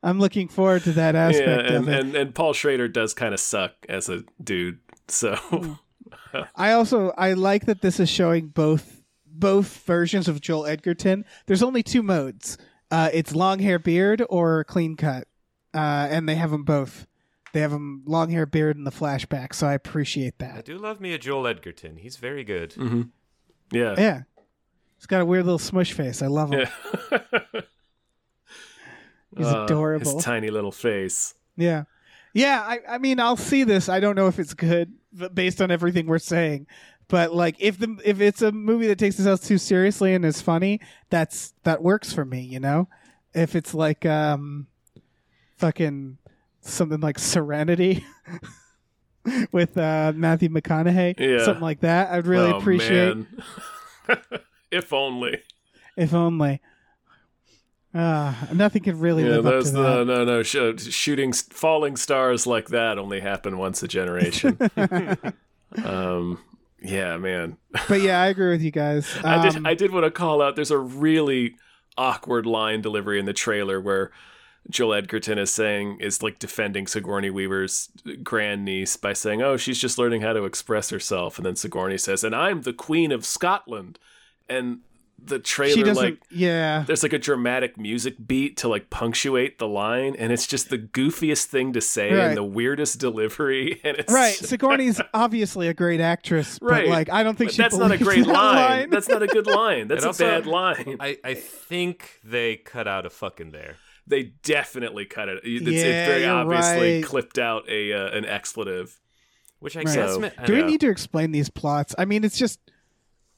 C: I'm looking forward to that
A: yeah,
C: aspect
A: and,
C: of it.
A: and and Paul Schrader does kind of suck as a dude. So (laughs)
C: I also I like that this is showing both both versions of Joel Edgerton. There's only two modes. Uh, it's long hair beard or clean cut, uh, and they have them both. They have them long hair beard in the flashback, so I appreciate
D: I
C: that.
D: do love me a Joel Edgerton. He's very good.
A: Mm. Mm-hmm. yeah.
C: Yeah, he's got a weird little smush face. I love him.
A: Yeah. (laughs)
C: He's
A: Uh,
C: adorable.
A: His tiny little face.
C: Yeah. Yeah, I, I mean, I'll see this. I don't know if it's good but based on everything we're saying, but like if the if it's a movie that takes itself too seriously and is funny, that's that works for me, you know. If it's like um, fucking something like Serenity (laughs) with uh, Matthew McConaughey,
A: Yeah.
C: something like that, I'd really
A: Oh,
C: appreciate.
A: man. (laughs) if only.
C: If only. Uh, nothing can really
A: Yeah,
C: live up to
A: those
C: that.
A: no no no sh- shooting st- falling stars like that only happen once a
C: (laughs)
A: generation. um, yeah, man.
C: But yeah, I agree with you guys.
A: (laughs) I did
C: Um,
A: I did want to call out. There's a really awkward line delivery in the trailer where Joel Edgerton is saying is like defending Sigourney Weaver's grandniece by saying, "Oh, she's just learning how to express herself," and then Sigourney says, "And I'm the Queen of Scotland," and the
C: she
A: trailer
C: doesn't.
A: like
C: yeah.
A: there's like a dramatic music beat to like punctuate the line and it's just the goofiest thing to say
C: Right.
A: and the weirdest delivery and it's (laughs)
C: Right, Sigourney's obviously a great actress,
A: Right.
C: but like I don't think
A: But
C: she
A: that's not a
C: believes
A: great
C: that
A: line.
C: line.
A: That's not a good line. That's
D: It
A: a
D: also-
A: bad line.
D: I, I think they cut out a fucking there.
A: they definitely cut it. It's, it's
C: Yeah,
A: very
C: you're
A: obviously
C: right.
A: clipped out a uh, an expletive.
D: Which I
C: Right.
D: guess.
A: So-
D: ma- I
C: Do we
D: know.
C: need to explain these plots? I mean, it's just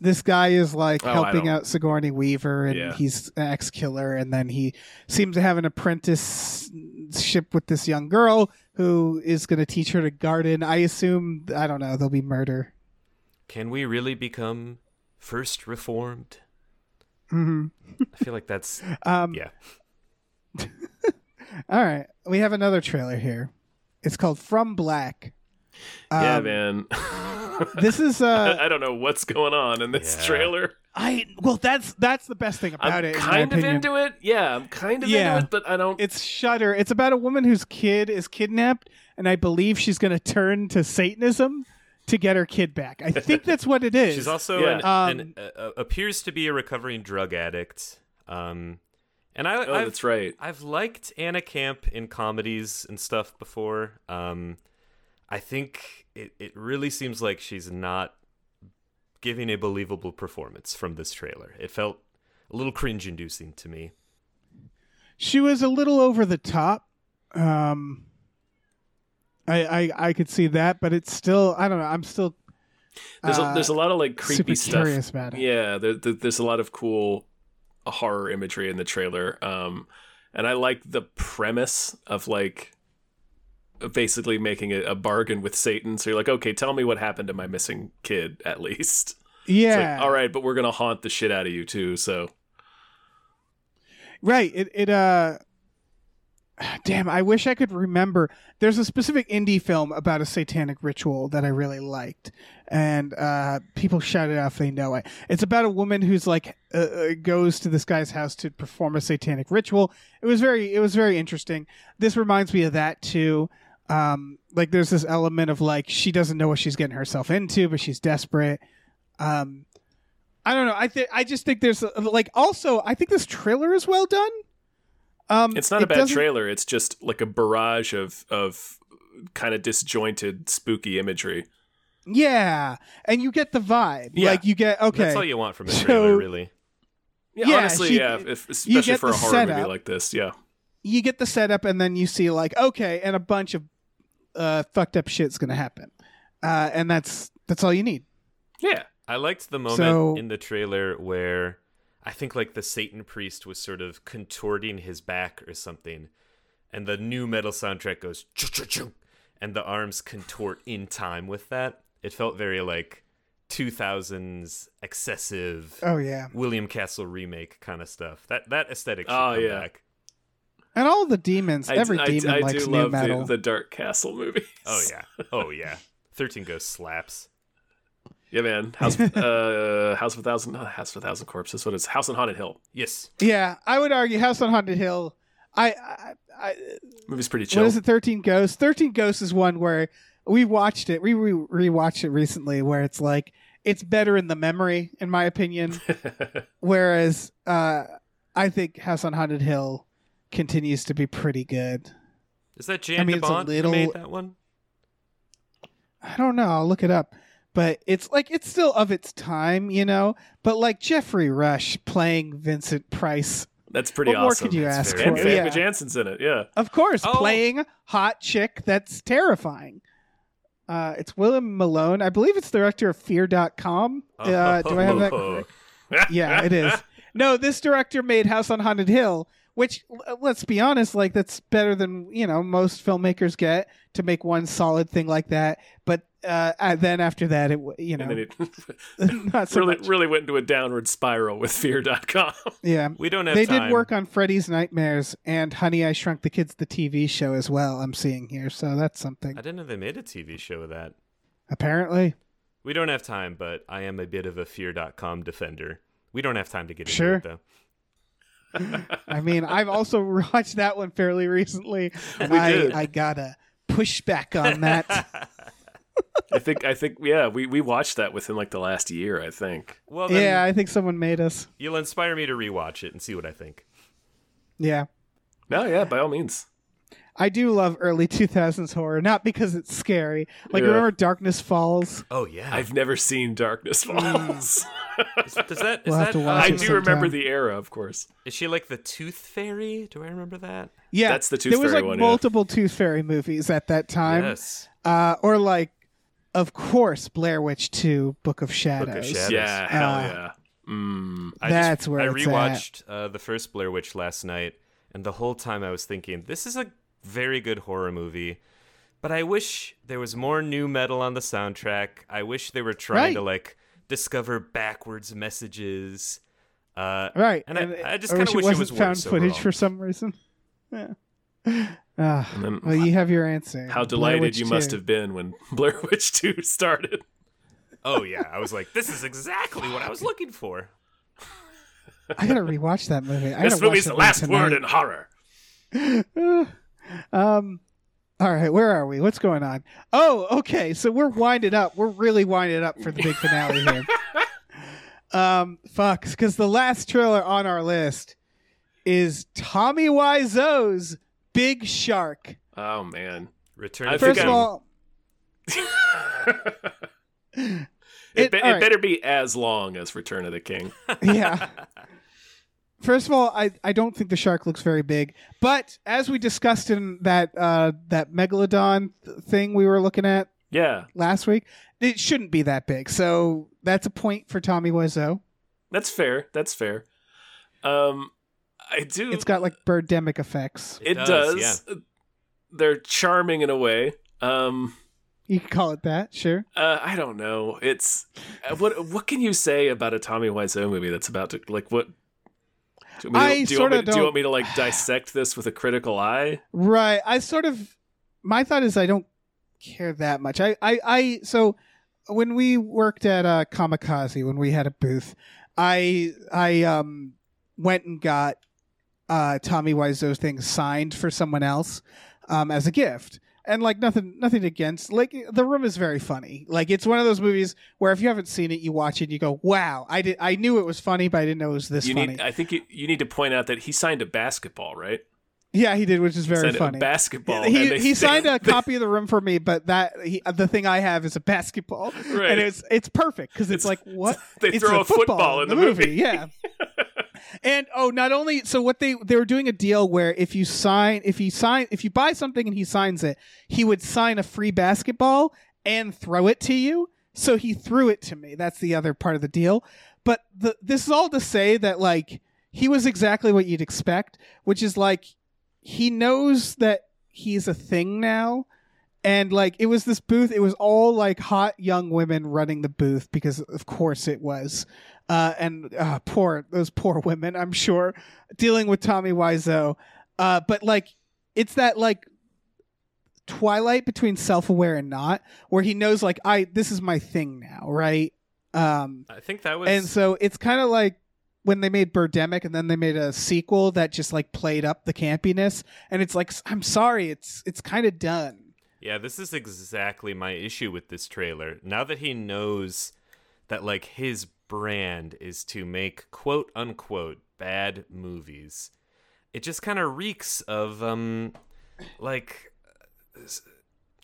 C: this guy is like
A: Oh, I don't-
C: helping out Sigourney Weaver, and
A: Yeah.
C: he's an ex killer, and then he seems to have an apprenticeship with this young girl who is going to teach her to garden. I assume I don't know. There'll be murder.
D: Can we really become first reformed?
C: hmm
D: I feel like that's
C: (laughs) Um,
D: yeah.
C: All right, we have another trailer here. It's called From Black.
A: yeah,
C: Um,
A: man. (laughs)
C: This is uh,
A: I don't know what's going on in this
D: Yeah.
A: trailer.
C: I well, that's that's the best thing about
A: I'm
C: it. in my
A: kind of
C: opinion.
A: into it. Yeah, I'm kind of
C: Yeah.
A: into it, but I don't.
C: It's Shudder. It's about a woman whose kid is kidnapped, and I believe she's going to turn to Satanism to get her kid back. I
A: (laughs)
C: think that's what it is.
D: She's also
A: Yeah.
D: an, an
C: Um,
D: uh, appears to be a recovering drug addict. Um, and I,
A: oh,
D: I've,
A: that's right.
D: I've liked Anna Camp in comedies and stuff before. Um, I think it, it really seems like she's not giving a believable performance from this trailer. It felt a little cringe inducing to me.
C: she was a little over the top. Um, I, I I could see that, but it's still I don't know. I'm still
A: There's a,
C: uh,
A: there's a lot of like creepy
C: super
A: stuff.
C: curious about it.
A: Yeah, there, there, there's a lot of cool uh, horror imagery in the trailer. Um, and I like the premise of like basically making a, a bargain with Satan. So you're like, okay, tell me what happened to my missing kid at least. It's
C: yeah.
A: like, all right, but we're gonna haunt the shit out of you too. So
C: Right. It it uh damn, I wish I could remember. There's a specific indie film about a satanic ritual that I really liked. And uh people shout it out if they know it. It's about a woman who's like uh, uh, goes to this guy's house to perform a satanic ritual. It was very it was very interesting. This reminds me of that too. Um like there's this element of like she doesn't know what she's getting herself into, but she's desperate. Um I don't know. I think I just think there's uh, like also I think this trailer is well done. Um,
A: it's not a
C: it
A: bad
C: doesn't-
A: trailer. It's just like a barrage of of kind of disjointed, spooky imagery.
C: Yeah, and you get the vibe.
A: Yeah.
C: Like you get okay.
D: That's all you want from a
C: (laughs) So-
D: trailer, really.
A: Yeah,
C: Yeah,
A: honestly,
C: she-
A: yeah. If,
C: you
A: especially
C: get
A: for a
C: the
A: horror movie
C: setup.
A: like this, yeah.
C: you get the setup, and then you see like okay, and a bunch of uh, fucked up shit's gonna happen, uh, and that's that's all you need.
A: Yeah.
D: I liked the moment
C: So-
D: in the trailer where I think like the Satan priest was sort of contorting his back or something, and the new metal soundtrack goes chung and the arms contort in time with that. It felt very like 2000s excessive
C: Oh yeah,
D: William Castle remake kind of stuff. That that aesthetic should
A: Oh,
D: come
A: yeah.
D: back.
C: and all the demons.
A: I-
C: every
A: I,
C: demon
A: I
C: likes
A: do
C: new
A: love
C: metal.
A: The, the Dark Castle
C: (laughs)
A: movies.
D: Oh yeah. Oh yeah. 13 Ghosts slaps.
A: Yeah,
C: (laughs)
A: man. House, uh, House of a Thousand, not House of a Thousand Corpses. What is House on Haunted Hill?
D: Yes.
C: yeah, I would argue House on Haunted Hill. I, I, I
A: Movie's pretty chill.
C: What is it? Thirteen Ghosts. Thirteen Ghosts is one where we watched it. We re- rewatched it recently, where it's like it's better in the memory, in my opinion. Whereas uh, I think House on Haunted Hill continues to be pretty good.
D: Is that Jan
C: I mean, it's a
D: DeBont who
C: little-
D: made that one?
C: I don't know. I'll look it up. But it's like it's still of its time, you know. But like Jeffrey Rush playing Vincent Price,
A: (laughs) That's pretty
C: what more
A: awesome.
C: could you
D: It's
C: ask
D: very
A: and
C: for?
D: good.
A: Famke
C: Yeah.
A: Janssen's in it. Yeah.
C: Of course,
D: Oh.
C: playing hot chick that's terrifying. Uh, it's William Malone. I believe it's the director of Fear.com. Uh, do I have that?
D: Oh.
C: correct? Yeah, it is. No, this director made House on Haunted Hill, which l- uh, let's be honest, like that's better than you know most filmmakers get to make one solid thing like that. But uh, uh, then after that, it w- you know
A: And then it (laughs)
C: (laughs) not so
A: really,
C: much.
A: really went into a downward spiral with fear.com.
C: Yeah,
D: We don't have
C: they
D: time.
C: did work on Freddy's Nightmares and Honey I Shrunk the Kids, the TV show as well. I'm seeing here, so
A: (laughs)
C: that's something.
D: I didn't know they made a TV show of that.
C: Apparently,
D: We don't have time, but I am a bit of a fear.com defender. We don't have time to get into
C: Sure.
D: it though.
C: I mean, I've also (laughs) watched that one fairly recently.
A: We
C: I,
A: did. (laughs)
C: I gotta push back on that.
A: I think I think yeah, we we watched that within like the last year, I think.
D: Well, then
C: yeah, I think someone made us.
D: you'll inspire me to rewatch it and see what I think.
C: Yeah.
A: No, yeah, by all means.
C: I do love early (laughs) 2000s horror, not because it's scary. Like,
A: Yeah.
C: remember Darkness Falls?
D: Oh yeah,
A: I've never seen Darkness Falls.
D: does that? Is
C: We'll have
D: that
C: to
D: uh,
C: watch
A: I
C: it
A: do
C: sometime.
A: remember the era, of course.
D: is she like the Tooth Fairy? Do I remember that?
C: Yeah.
A: That's the Tooth
C: There was
A: Fairy
C: like
A: one, yeah.
C: multiple Tooth Fairy movies at that time.
D: yes.
C: Uh, or like, of course, Blair Witch 2, Book of Shadows.
D: Shadows. That
A: yeah, hell
C: Ah.
A: yeah. Mm.
D: I
C: That's
D: just,
C: where
D: I
C: it's
D: rewatched Uh, the first Blair Witch last night, and the whole time I was thinking, this is a very good horror movie, but I wish there was more new metal on the soundtrack. I wish they were trying to
C: Right.
D: like discover backwards messages. Uh,
C: Right.
D: And I- I just
C: or
D: kinda
C: she
D: wish it
C: wasn't
D: was
C: found
D: worse
C: footage
D: overall.
C: for some reason. (laughs) Yeah. Ah,
A: then-
C: well, you have your answer.
A: How
C: Blair
A: delighted
C: Witch
A: you must
C: 2.
A: have been when (laughs) Blair Witch 2 started.
D: oh yeah, I was like, this is exactly what I was looking for.
C: I gotta rewatch that movie. I
A: This
C: gotta watch
A: movie's
C: that
A: the
C: movie
A: last
C: tonight.
A: word in horror.
C: um all right where are we what's going on oh okay so we're winding up we're really winding up for the big finale here um fuck because the last trailer on our list is tommy wiseau's big shark
A: Oh
C: (laughs)
A: man.
D: Return.
A: I
D: to
A: think
C: first
D: King.
C: of
A: I'm-
C: all
A: It,
C: It-
A: be-
C: all
A: it
C: right.
A: better be as long as Return of the King.
C: yeah First of all, I, I don't think the shark looks very big, but as we discussed in that uh, that megalodon th- thing we were looking at,
A: Yeah,
C: last week. It shouldn't be that big. So that's a point for Tommy Wiseau.
A: that's fair. That's fair. Um, I do.
C: It's got like birdemic effects.
A: it
D: does,
A: does. They're charming in a way. Um,
C: You could call it that, sure.
A: uh, I don't know. It's uh, what what can you say about a Tommy Wiseau movie that's about to like what? Do you want me
C: I
A: to- do you want me
C: sorta
A: to- do you want
C: don't-
A: me to like dissect this with a critical eye?
C: Right. I sort of my thought is I don't care that much. I I, I so when we worked at uh, Kamikaze when we had a booth, I I um went and got uh, Tommy Wiseau's thing signed for someone else um, as a gift. And like nothing, nothing against. Like the room is very funny. Like it's one of those movies where if you haven't seen it, you watch it, and you go, "Wow, I did. I knew it was funny, but I didn't know it was this
A: you
C: funny."
A: need. I think you, you need to point out that he signed a basketball, right?
C: yeah, he did, which is very
A: Signed a
C: funny.
A: basketball.
C: He,
A: and they-
C: he
A: (laughs)
C: signed a
A: they-
C: copy of the room for me, but that he, the thing I have is a basketball,
A: Right.
C: and it's it's perfect because it's, like what
A: (laughs) they
C: It's
A: throw a football in the movie. (laughs)
C: yeah. and oh, not only so what they they were doing a deal where if you sign if you sign if you buy something and he signs it, he would sign a free basketball and throw it to you. So he threw it to me. That's the other part of the deal. But the, this is all to say that like he was exactly what you'd expect, which is like he knows that he's a thing now and like it was this booth it was all like hot young women running the booth because of course it was uh, and uh, poor those poor women i'm sure dealing with tommy wiseau uh, but like it's that like twilight between self-aware and not where he knows like i this is my thing now right um
D: I think that was.
C: and so it's kind of like when they made Birdemic and then they made a sequel that just like played up the campiness and it's like I'm sorry it's it's kind of done.
D: Yeah, this is exactly my issue with this trailer. Now that he knows that like his brand is to make quote unquote bad movies, it just kind of reeks of um like s-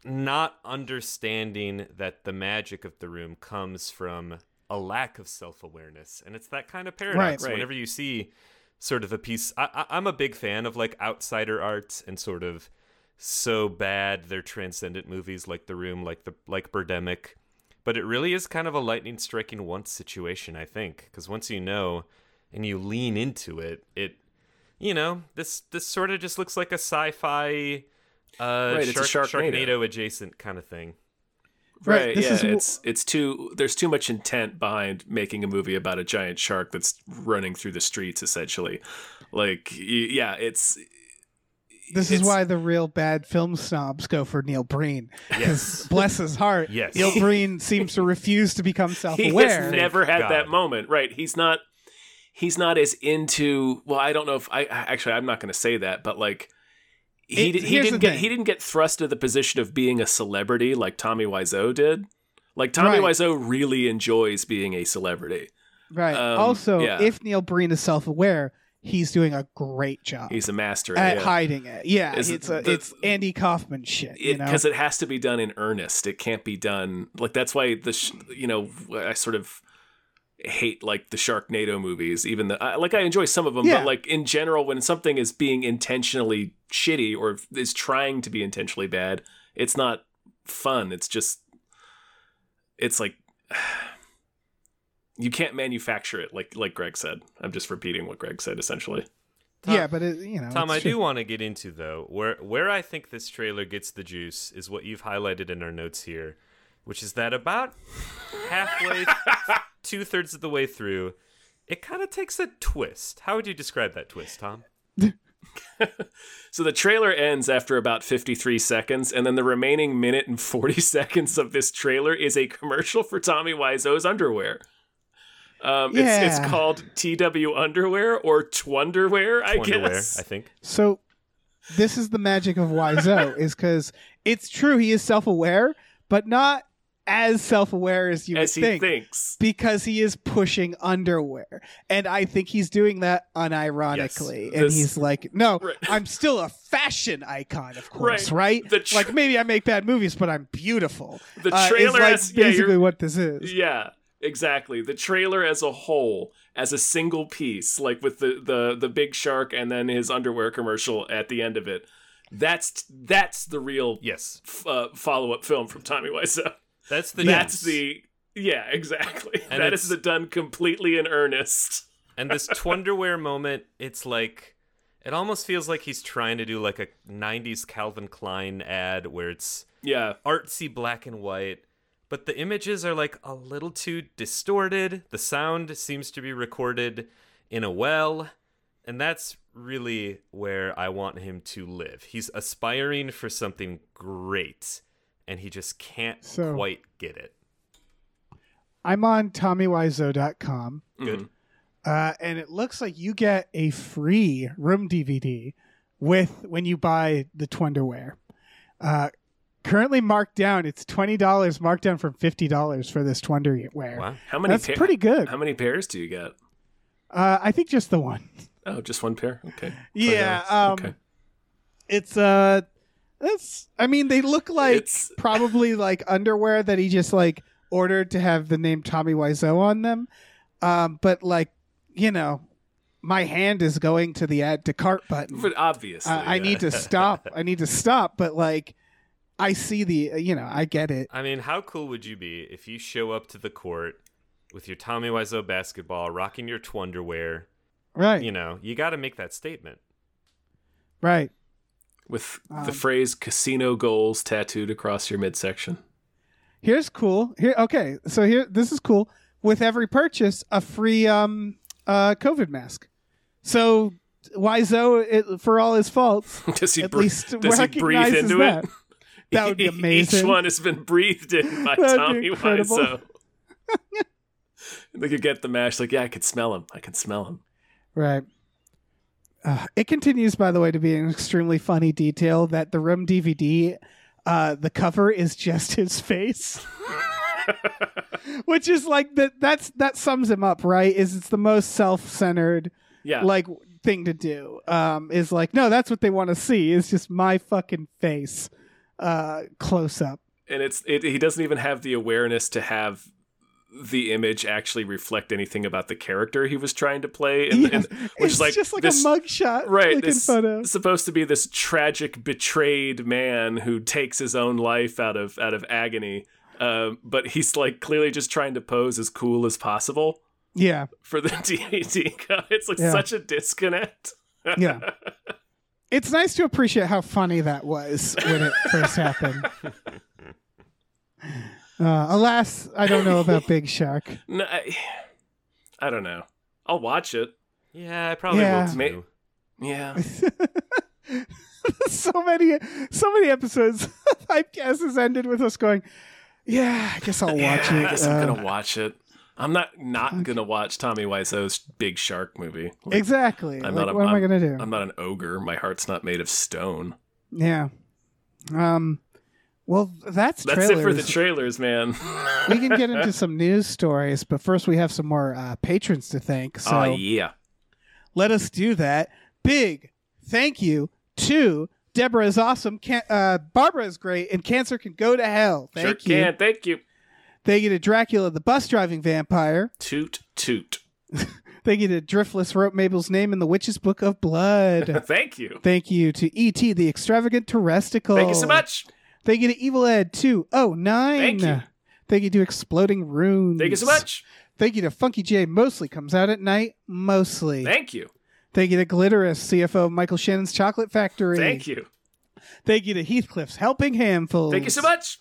D: not understanding that the magic of the room comes from a lack of self-awareness and it's that kind of paradox
A: Right.
D: whenever you see sort of a piece I, I, i'm a big fan of like outsider art and sort of so bad they're transcendent movies like the room like the like birdemic but it really is kind of a lightning striking once situation i think because once you know and you lean into it it you know this this sort of just looks like a sci-fi uh
A: Right, it's a
D: shark,
A: Sharknado.
D: sharknado adjacent kind of thing
A: Right.
C: this
A: yeah.
C: is wh-
A: it's it's too. There's too much intent behind making a movie about a giant shark that's running through the streets, essentially. Like, y- yeah, it's.
C: This is
A: it's-
C: why the real bad film snobs go for Neil Breen. 'Cause (laughs) Bless his heart.
D: Yes.
A: (laughs)
C: Neil Breen seems to refuse to become
A: he
C: self-aware.
A: has never had
D: Thank God.
A: that moment. Right. He's not. He's not as into. Well, I don't know if I I- actually. I'm not going to say that, but like. He,
C: It-
A: did, he
C: here's
A: didn't
C: the
A: get he
C: thing.
A: didn't get thrust to the position of being a celebrity like Tommy Wiseau did. Like Tommy
C: Right.
A: Wiseau really enjoys being a celebrity.
C: Right.
A: Um,
C: also,
A: yeah.
C: if Neil Breen is self-aware, he's doing a great job
A: He's a master
C: at
A: at it.
C: hiding it. Yeah,
A: Is
C: it's
A: it
C: a,
A: the-
C: it's Andy Kaufman shit. you know?
A: because it has to be done in earnest. It can't be done like that's why the sh- you know I sort of hate like the Sharknado movies. Even the I, like I enjoy some of them,
C: Yeah.
A: but like in general, when something is being intentionally shitty or is trying to be intentionally bad, it's not fun. It's just it's like (sighs) you can't manufacture it. Like like Greg said, I'm just repeating what Greg said essentially.
D: Tom-
C: yeah, but it, you know,
D: Tom,
C: it's
D: I
C: true.
D: do want to get into though where where I think this trailer gets the juice is what you've highlighted in our notes here, which is that about
A: (laughs)
D: halfway, two thirds of the way through, it kind of takes a twist. How would you describe that twist, Tom?
A: So the trailer ends after about 53 seconds, and then the remaining minute and 40 (laughs) seconds of this trailer is a commercial for Tommy Wiseau's underwear. Um, it's,
C: Yeah.
A: it's called TW Underwear or Twunderwear, I
D: Underwear,
A: guess.
D: I think.
C: So this is the magic
A: (laughs)
C: of Wiseau is because it's true he is self-aware, but not as self-aware as you
A: as
C: would
A: he
C: think.
A: thinks.
C: Because he is pushing underwear, and I think he's doing that unironically.
A: Yes,
C: and
A: this-
C: he's like, "No,
A: Right.
C: I'm still a fashion icon, of course,
A: Right.
C: right?
A: The tr-
C: like maybe I make bad movies, but I'm beautiful."
A: The
C: Uh, is,
A: trailer
C: like
A: has- yeah, you're-
C: basically what this is.
A: Yeah, exactly. The trailer as a whole, as a single piece, like with the the the big shark and then his underwear commercial at the end of it. That's that's the real
D: Yes,
A: f- uh, follow up film from Tommy Wiseau.
D: that's the
A: That's
D: juice.
A: the yeah, exactly. (laughs)
D: And
A: that
D: it's-
A: is the done completely in earnest. (laughs)
D: and this Twunderwear moment. It's like it almost feels like he's trying to do like a '90s Calvin Klein ad where it's
A: Yeah,
D: artsy black and white, but the images are like a little too distorted. The sound seems to be recorded in a well, and that's really where I want him to live. He's aspiring for something great, and he just can't
C: So-
D: quite get it.
C: I'm on TommyWiseau.com.
A: mm-hmm.
D: Good.
C: Uh, and it looks like you get a free room DVD with when you buy the Twinderware. Uh, currently marked down, it's twenty dollars marked down from fifty dollars for this Twinderware.
D: Wow.
A: How many?
C: That's
A: pair-
C: pretty good.
A: How many pairs do you get?
C: Uh, I think just the one.
A: Oh, just one pair. Okay.
C: (laughs) Yeah.
A: Okay.
C: Um,
A: Okay.
C: It's uh, that's. I mean, they look like
A: It's- (laughs)
C: probably like underwear that he just like ordered to have the name Tommy Wiseau on them. Um, but like you know, my hand is going to the add to cart button.
A: But obviously, uh,
C: I I
A: yeah.
C: need
A: (laughs)
C: to stop. I need to stop. But like, I see the, you know, I get it.
D: I mean, how cool would you be if you show up to the court with your Tommy Wiseau basketball, rocking your Twunderwear?
C: Right.
D: You know, you got to make that statement.
C: Right.
A: with
C: Um,
A: the phrase "casino goals" tattooed across your midsection. (laughs)
C: Here's cool. Here. Okay. So here, this is cool. With every purchase, a free um uh COVID mask. So Wiseau, it, for all his faults,
A: Does he
C: at
A: breathe?
C: least
A: does he breathe
C: recognizes
A: into
C: that.
A: it?
C: That would
A: (laughs)
C: be
A: Each
C: amazing.
A: one has been breathed in
C: (laughs)
A: by
C: That'd be
A: Tommy
C: incredible. (laughs)
A: Wiseau. like you get the mash. Like yeah, I could smell him. I can smell him.
C: Right. Uh, it continues, by the way, to be an extremely funny detail that the Room DVD, uh, the cover is just (laughs) his face, which is like that. That's that sums him up, right? Is it's the most self-centered
A: Yeah.
C: like thing to do. Um, is like no, that's what they want to see. Is just my fucking face, uh, close up.
A: and it's it, he doesn't even have the awareness to have the image actually reflect anything about the character he was trying to play and,
C: Yeah.
A: and which
C: (laughs) it's
A: is like
C: just like
A: this,
C: a mugshot,
A: right
C: Looking
A: this
C: photo.
A: supposed to be this tragic betrayed man who takes his own life out of out of agony uh, but he's like clearly just trying to pose as cool as possible
C: Yeah.
A: for the (laughs) DAT cut. It's like
C: Yeah.
A: such a disconnect. (laughs)
C: yeah. It's nice to appreciate how funny that was when it
A: (laughs)
C: first happened. Uh, alas, I don't know about Big Shark. (laughs)
A: No, I, I don't know. I'll watch it.
D: Yeah, I probably
C: Yeah.
D: will
A: May-
D: too.
A: Yeah.
C: so many, so many episodes. (laughs) Typecast has ended with us going, "Yeah, I guess I'll watch
A: Yeah, (laughs)
C: it."
A: I guess
C: Uh,
A: I'm gonna watch it. I'm not not gonna watch Tommy Wiseau's Big Shark movie. Like,
C: exactly.
A: I'm
C: like,
A: not a-
C: what am I
A: I'm-
C: gonna do?
A: I'm not an ogre. My heart's not made of stone.
C: Yeah. Um, Well, that's
A: That's it for the
C: trailers.
A: trailers,
C: (laughs)
A: man.
C: we can
A: (laughs)
C: get into some news stories, but first we have some more uh, patrons to thank. So
A: oh yeah.
C: let us do that. Big thank you to Deborah is awesome, Can- uh, Barbara is great, and Cancer can go to hell. Thank
A: sure
C: you.
A: can. Thank you.
C: Thank you to Dracula, the bus driving vampire.
A: Toot toot.
C: Thank you to Driftless wrote Mabel's name in the Witch's Book
A: (laughs)
C: of Blood.
A: Thank you.
C: Thank you to E.T. the Extravagant Terresticle.
A: Thank you so much.
C: Thank you to Evil Ed Oh, 209.
A: Thank you.
C: Thank you to Exploding Runes.
A: Thank you so much.
C: Thank you to Funky J. Mostly comes out at night. Mostly.
A: Thank you.
C: Thank you to Glitterous, CFO of Michael Shannon's Chocolate Factory.
A: Thank you.
C: Thank you to Heathcliff's Helping Handfuls.
A: Thank you so much.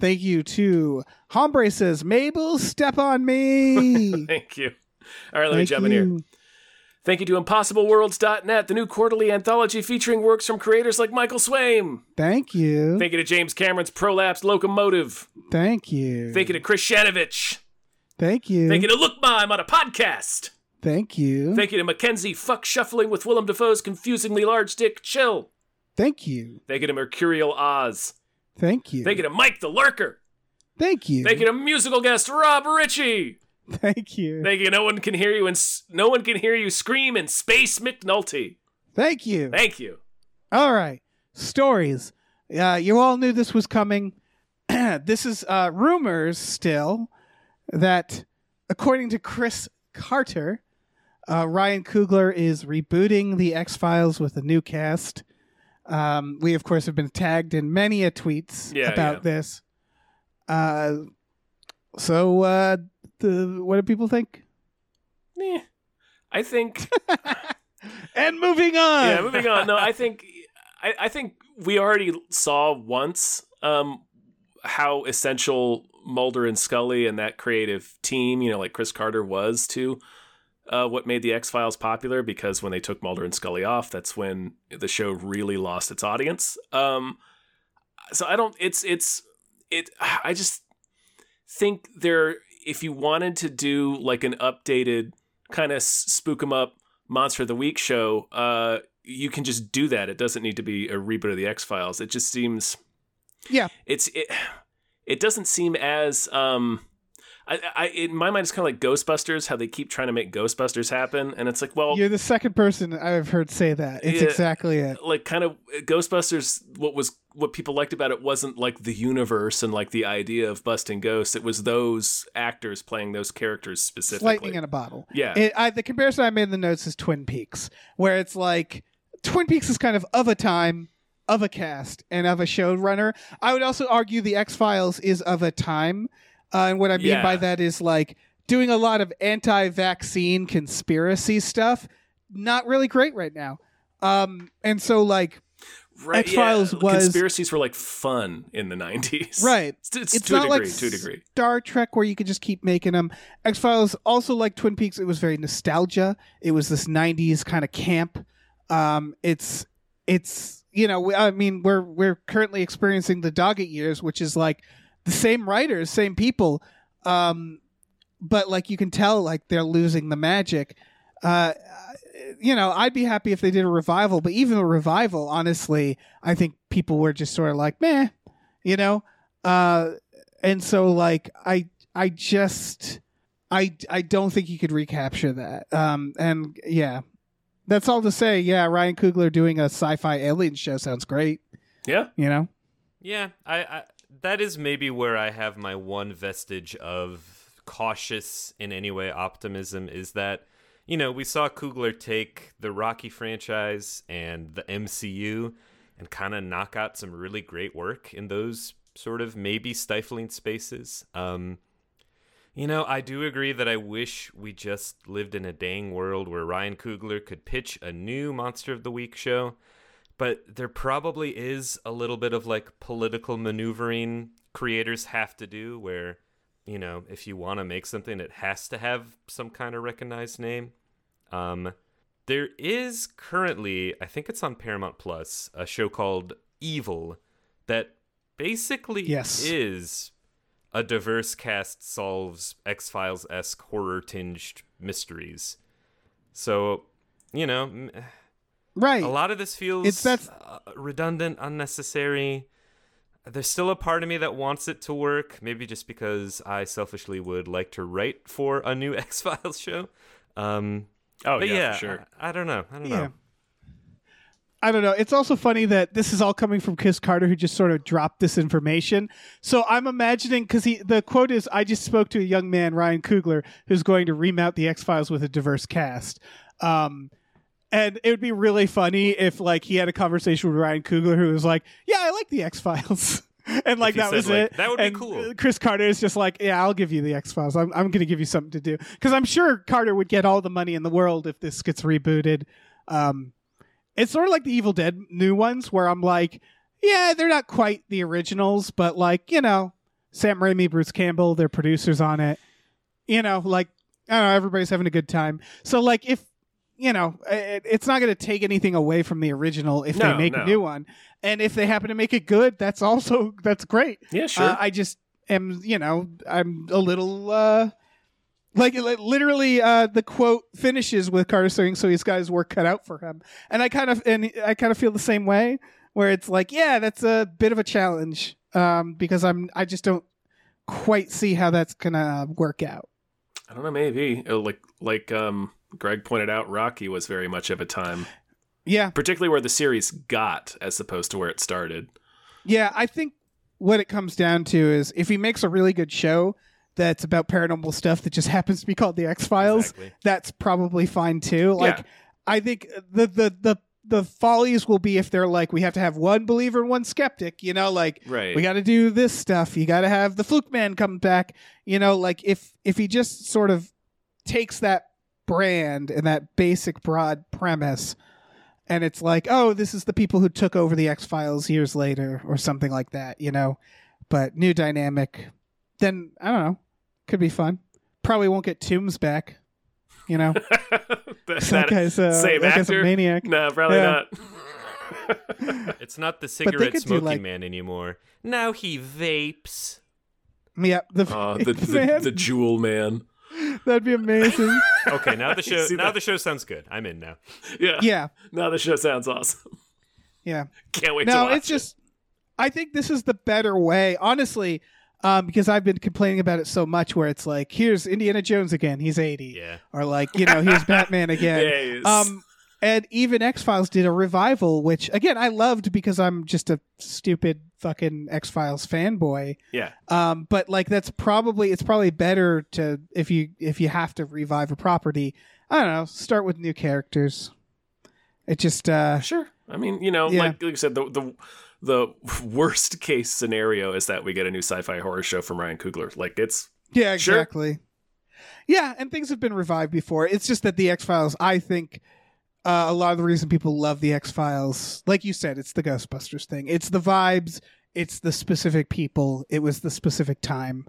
C: Thank you to Hombre says, Mabel, step on
A: (laughs)
C: me.
A: Thank you. All right, let me
C: Thank
A: jump in here.
C: you.
A: Thank you to ImpossibleWorlds.net, the new quarterly anthology featuring works from creators like Michael Swaim.
C: Thank you.
A: Thank you to James Cameron's Prolapse Locomotive.
C: Thank you.
A: Thank you to Chris Shanovich.
C: Thank you.
A: Thank you to Look Mime on a podcast.
C: Thank you.
A: Thank you to Mackenzie Fuck Shuffling with Willem Dafoe's confusingly large dick chill.
C: Thank you.
A: Thank you to Mercurial Oz.
C: Thank you.
A: Thank you to Mike the Lurker.
C: Thank you.
A: Thank you to musical guest Rob Ritchie.
C: Thank you.
A: Thank you. No one can hear you and no one can hear you scream in Space McNulty.
C: Thank you.
A: Thank you.
C: All right. Stories. Uh, you all knew this was coming. (clears throat) this is uh, rumors still that, according to Chris Carter, uh, Ryan Coogler is rebooting The X Files with a new cast. Um, we, of course, have been tagged in many a tweets
A: Yeah,
C: about
A: yeah.
C: this. Uh, so, uh, the, what do people think?
A: Eh, I think.
C: And moving on.
A: yeah, moving on. No, I think. I, I think we already saw once um, how essential Mulder and Scully and that creative team, you know, like Chris Carter was to uh, what made the X Files popular. Because when they took Mulder and Scully off, that's when the show really lost its audience. Um, so I don't. It's it's it. I just think there. If you wanted to do like an updated kind of spook 'em up Monster of the Week show, uh, you can just do that. It doesn't need to be a reboot of the X Files. It just seems,
C: Yeah.
A: it's it, it doesn't seem as um, I, I in my mind it's kind of like Ghostbusters, how they keep trying to make Ghostbusters happen, and it's like, well,
C: You're the second person I've heard say that. It's
A: Yeah.
C: exactly it.
A: like kind of Ghostbusters. What was what people liked about it wasn't like the universe and like the idea of busting ghosts. It was those actors playing those characters
C: It's
A: specifically.
C: lightning in a bottle.
A: yeah,
C: It, I, the comparison I made in the notes is Twin Peaks, where it's like Twin Peaks is kind of of a time, of a cast, and of a showrunner. I would also argue the X Files is of a time, uh, and what I mean
A: Yeah.
C: by that is like doing a lot of anti-vaccine conspiracy stuff. Not really great right now. Um, and so like
A: right,
C: X-Files was-
A: conspiracies were like fun in the nineties,
C: Right.
A: (laughs) It's, it's,
C: It's
A: to a
C: not
A: degree,
C: like
A: to a degree.
C: Star Trek where you could just keep making them. X Files also like Twin Peaks. It was very nostalgia. It was this '90s kind of camp. Um, it's it's you know we- I mean we're we're currently experiencing the Doggett years, which is like the same writers, same people, um, but like you can tell like they're losing the magic. Uh, you know, I'd be happy if they did a revival, but even a revival, honestly, I think people were just sort of like, meh, you know. Uh, and so like i i just i i don't think you could recapture that um and yeah that's all to say yeah ryan kugler doing a sci-fi alien show sounds great
A: Yeah.
C: you know
D: Yeah, I, I that is maybe where I have my one vestige of cautious in any way optimism is that you know we saw Kugler take the Rocky franchise and the MCU and kind of knock out some really great work in those sort of maybe stifling spaces. Um, you know, I do agree that I wish we just lived in a dang world where Ryan Kugler could pitch a new Monster of the Week show but there probably is a little bit of like political maneuvering creators have to do where you know if you want to make something it has to have some kind of recognized name um there is currently i think it's on paramount plus a show called evil that basically
C: Yes.
D: is a diverse cast solves x-files-esque horror tinged mysteries so you know m-
C: right
D: a lot of this feels
C: It's- that's-
D: uh, redundant, unnecessary. there's still a part of me that wants it to work, maybe just because I selfishly would like to write for a new (laughs) X Files show. Um,
E: Oh
D: but
E: yeah,
D: yeah, uh,
E: for sure.
D: I, I don't know. I don't
C: Yeah.
D: know.
C: I don't know. It's also funny that this is all coming from Chris Carter, who just sort of dropped this information. So I'm imagining because he the quote is, "I just spoke to a young man, Ryan Coogler, who's going to remount the X Files with a diverse cast." Um, and it would be really funny if like he had a conversation with Ryan Coogler, who was like, "Yeah, I like the X Files." (laughs) And like
D: he
C: that
D: said,
C: was
D: like,
C: it.
D: "That would be
C: And,
D: cool."
C: uh, Chris Carter is just like, yeah, I'll give you the X Files. I'm, I'm going to give you something to do because I'm sure Carter would get all the money in the world if this gets rebooted. Um, it's sort of like the Evil Dead new ones where I'm like, yeah, they're not quite the originals, but like, you know, Sam Raimi, Bruce Campbell, they're producers on it. You know, like, I don't know, everybody's having a good time. So, like, if, you know, it, it's not going to take anything away from the original if
E: No,
C: they make
E: no.
C: a new one. And if they happen to make it good, that's also, that's great.
E: Yeah, sure.
C: Uh, I just am, you know, I'm a little uh like li- literally uh the quote finishes with Carter saying so he's got his work cut out for him. And I kind of and I kind of feel the same way where it's like, yeah, that's a bit of a challenge um because I'm I just don't quite see how that's going to work out.
E: I don't know. Maybe Uh, like like um, Greg pointed out, Rocky was very much of a time,
C: Yeah.
E: particularly where the series got as opposed to where it started.
C: Yeah, I think what it comes down to is if he makes a really good show that's about paranormal stuff that just (laughs) happens to be called the X Files,
D: Exactly.
C: that's probably fine too. Like
E: Yeah.
C: I think the the the the follies will be if they're like we have to have one believer and one skeptic, you know, like
E: Right.
C: we got to do this stuff. You got to have the fluke man come back, you know, like if if he just sort of takes that brand and that basic broad premise and it's like, "Oh, this is the people who took over the X-Files years later or something like that," you know. But new dynamic, then I don't know. Could be fun. Probably won't get Tombs back, you
E: (laughs)
C: know.
E: that,
C: that
E: that-
C: guy's, uh,
E: same
C: that guy's
E: actor.
C: a maniac.
E: No, probably
C: Yeah. (laughs)
E: not.
D: It's not the
C: they
D: cigarette
C: could do,
D: smoking
C: like-
D: man anymore. Now he vapes.
C: Yeah, the, (laughs)
E: oh, the, the,
C: man,
E: the jewel man.
C: that'd be amazing.
D: Okay,
E: (laughs)
D: now the show
E: see
D: now
E: that.
D: the show sounds good. I'm in now.
E: Yeah.
C: yeah,
E: No, the show sounds awesome. (laughs)
C: yeah.
E: Can't wait to
C: No,
E: watch
C: it's just. I think this is the better way, honestly, um, because I've been complaining about it so much. Where it's like, here's Indiana Jones again, he's eighty,
D: Yeah.
C: or like, you know, here's Batman again.
E: Yes.
C: Um, and even X Files did a revival, which again I loved because I'm just a stupid fucking X Files fanboy.
E: Yeah.
C: Um, but like that's probably it's probably better to if you if you have to revive a property, I don't know, start with new characters. It just uh
E: Sure. I mean, you know,
C: Yeah.
E: like, like I said, the, the the worst case scenario is that we get a new sci-fi horror show from Ryan Coogler. Like it's
C: yeah,
E: Sure.
C: exactly. Yeah, and things have been revived before. It's just that the X Files, I think uh, a lot of the reason people love the X Files, like you said, it's the Ghostbusters thing. It's the vibes, it's the specific people, it was the specific time.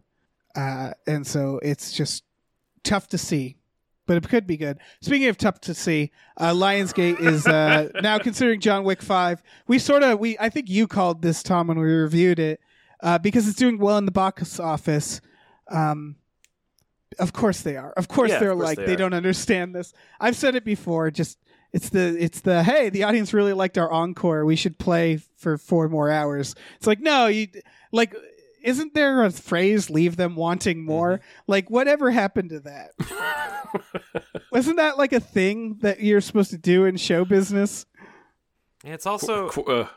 C: Uh, and so it's just tough to see, but it could be good. Speaking of tough to see, uh, Lionsgate
E: (laughs)
C: is uh, now considering John Wick Five. We sort of we I think you called this Tom when we reviewed it uh, because it's doing well in the box office. Um, of course they are. Of course
E: Yeah, of
C: they're
E: course
C: like
E: they
C: they,
E: are.
C: don't understand this. I've said it before. Just it's the it's the hey the audience really liked our encore. We should play for four more hours. It's like no you like isn't there a phrase leave them wanting more
E: Mm-hmm.
C: like whatever happened to that wasn't that like a thing that you're supposed to do in show business
D: Yeah, It's also
E: qu- uh,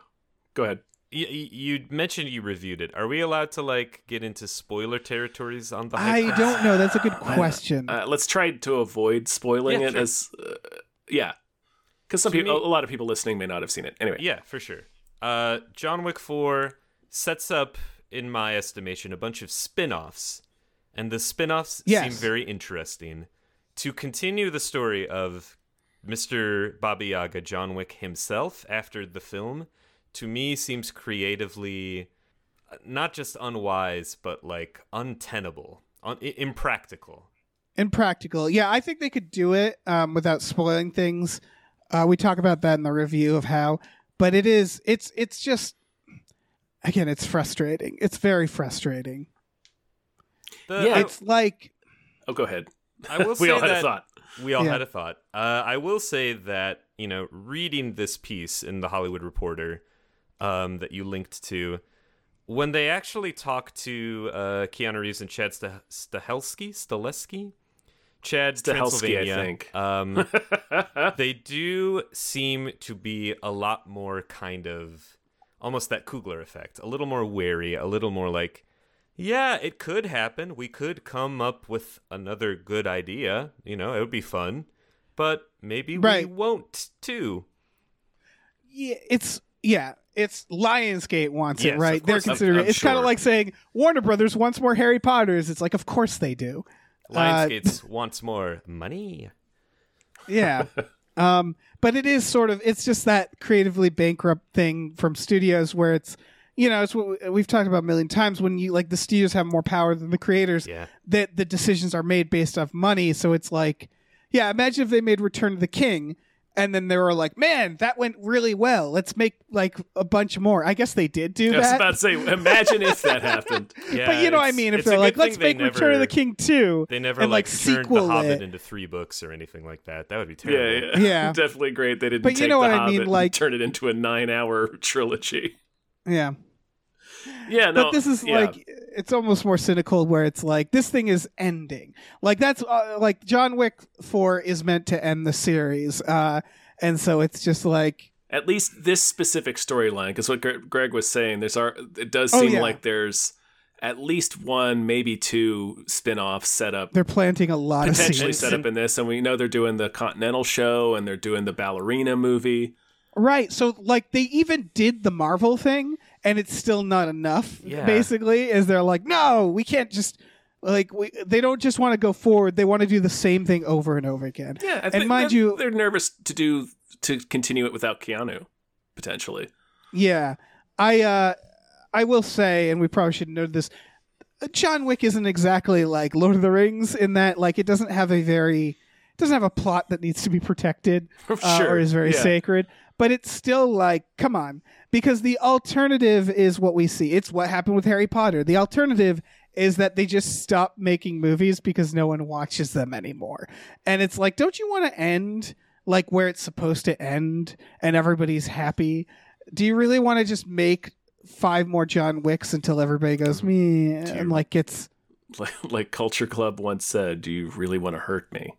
E: go ahead.
D: you, you mentioned you reviewed it. Are we allowed to like get into spoiler territories on the?
C: i
D: hype?
C: don't know that's a
D: (sighs)
C: good question
E: Uh, let's try to avoid spoiling
D: Yeah,
E: it
D: sure.
E: as uh, yeah. Cuz some
D: To
E: people
D: me-
E: a lot of people listening may not have seen it. Anyway.
D: Yeah, for sure. Uh, John Wick 4 sets up, in my estimation, a bunch of spin offs. And the spin offs seem
C: Yes.
D: very interesting. To continue the story of Mr. Baba Yaga, John Wick himself, after the film, to me seems creatively uh, not just unwise, but like untenable, un- i- impractical.
C: impractical yeah i think they could do it um, without spoiling things uh, we talk about that in the review of how but it is it's it's just again it's frustrating it's very frustrating
D: The,
E: Yeah,
D: I-
C: it's like
E: Oh, go ahead.
D: I will
E: (laughs) we
D: say
E: all had
D: that-
E: a thought.
D: We all
C: Yeah.
D: had a thought. Uh, I will say that you know, reading this piece in the Hollywood Reporter um, that you linked to, when they actually talk to uh, Keanu Reeves and Chad Sta- Stahelski, Stileski, Chad
E: Stahelski, I
D: Transylvania,
E: think.
D: Um,
E: (laughs)
D: they do seem to be a lot more kind of almost that Kugler effect, a little more wary, a little more like, yeah, it could happen. We could come up with another good idea. You know, it would be fun, but maybe
C: Right.
D: we won't too.
C: Yeah, it's yeah, it's Lionsgate wants
D: Yes,
C: it,
D: of
C: right? They're
D: course, I'm-
C: considering
D: I'm
C: it. It's kind
D: sure.
C: of like saying Warner Brothers wants more Harry Potters. It's like, of course they do. Uh,
D: Lionsgate wants more money.
C: yeah
D: (laughs)
C: um but it is sort of it's just that creatively bankrupt thing from studios where it's you know it's what we- we've talked about a million times when you like the studios have more power than the creators
D: Yeah.
C: that the decisions are made based off money so it's like yeah imagine if they made return of the king and then they were like man that went really well let's make like a bunch more i guess they did do
E: I was
C: that
E: about to say, imagine if that (laughs) happened.
D: Yeah,
C: but you know what i
D: it's-
C: mean if
D: it's a
C: they're like
D: good thing
C: let's
D: they
C: make return of
D: never-
C: the king 2
D: They never
C: and,
D: like,
C: like,
D: turned the
C: sequel
D: Hobbit
C: it.
D: into three books or anything like that. That would be
E: Yeah,
D: terrible.
E: yeah,
C: Yeah.
E: (laughs) definitely great. They didn't
C: But you
E: take
C: know
E: the
C: what I
E: Hobbit
C: mean,
E: and
C: like-
E: turn it into a nine-hour (laughs) trilogy.
C: yeah
E: Yeah, no,
C: but this is
E: yeah.
C: like it's almost more cynical where it's like this thing is ending like that's uh, like john wick 4 is meant to end the series uh and so it's just like
E: at least this specific storyline because what Gre- greg was saying there's our it does
C: Oh,
E: seem
C: yeah.
E: like there's at least one maybe two spin-offs set up
C: they're planting a lot of
E: potentially
C: seeds
E: set up in this and we know they're doing the continental show and they're doing the ballerina movie
C: right so like they even did the marvel thing and it's still not enough
D: Yeah.
C: basically is they're like no we can't just like we, they don't just want to go forward they want to do the same thing over and over again
E: yeah I
C: And
E: think
C: mind
E: they're-
C: you-
E: they're nervous to do to continue it without keanu potentially (laughs)
C: Yeah, I uh, I will say, and we probably should note this: John Wick isn't exactly like Lord of the Rings in that, like, it doesn't have a very it doesn't have a plot that needs to be protected uh,
E: Sure,
C: or is very
E: yeah.
C: sacred. But it's still like, come on, because the alternative is what we see. It's what happened with Harry Potter. The alternative is that they just stop making movies because no one watches them anymore. And it's like, don't you want to end like where it's supposed to end and everybody's happy? Do you really want to just make five more John Wicks until everybody goes me and like gets
E: like, (laughs) like culture club once said do you really want to hurt me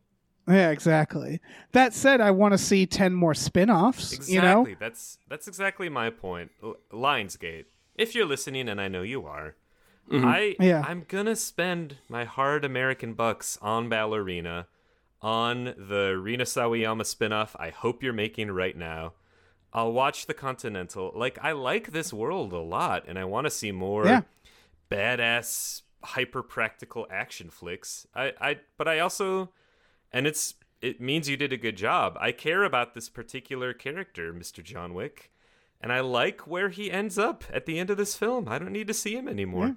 C: yeah, exactly. That said, I want to see 10 more spin-offs,
D: Exactly.
C: you know?
D: That's that's exactly my point. L- Lionsgate, if you're listening, and I know you are, I
C: Mm-hmm. Yeah.
D: I'm gonna spend my hard American bucks on Ballerina, on the Rina Sawayama spinoff. I hope you're making right now. I'll watch The Continental. Like I like this world a lot, and I want to see more
C: Yeah.
D: badass, hyper practical action flicks. I I but I also and it's it means you did a good job. I care about this particular character, Mr. John Wick, and I like where he ends up at the end of this film. I don't need to see him anymore.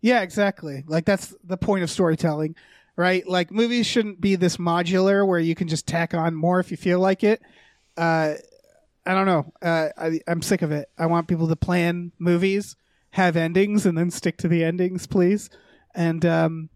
C: Yeah, exactly. Like that's the point of storytelling, right? Like movies shouldn't be this modular where you can just tack on more if you feel like it. Uh, I don't know. Uh, I, I'm sick of it. I want people to plan movies, have endings, and then stick to the endings, please. And um,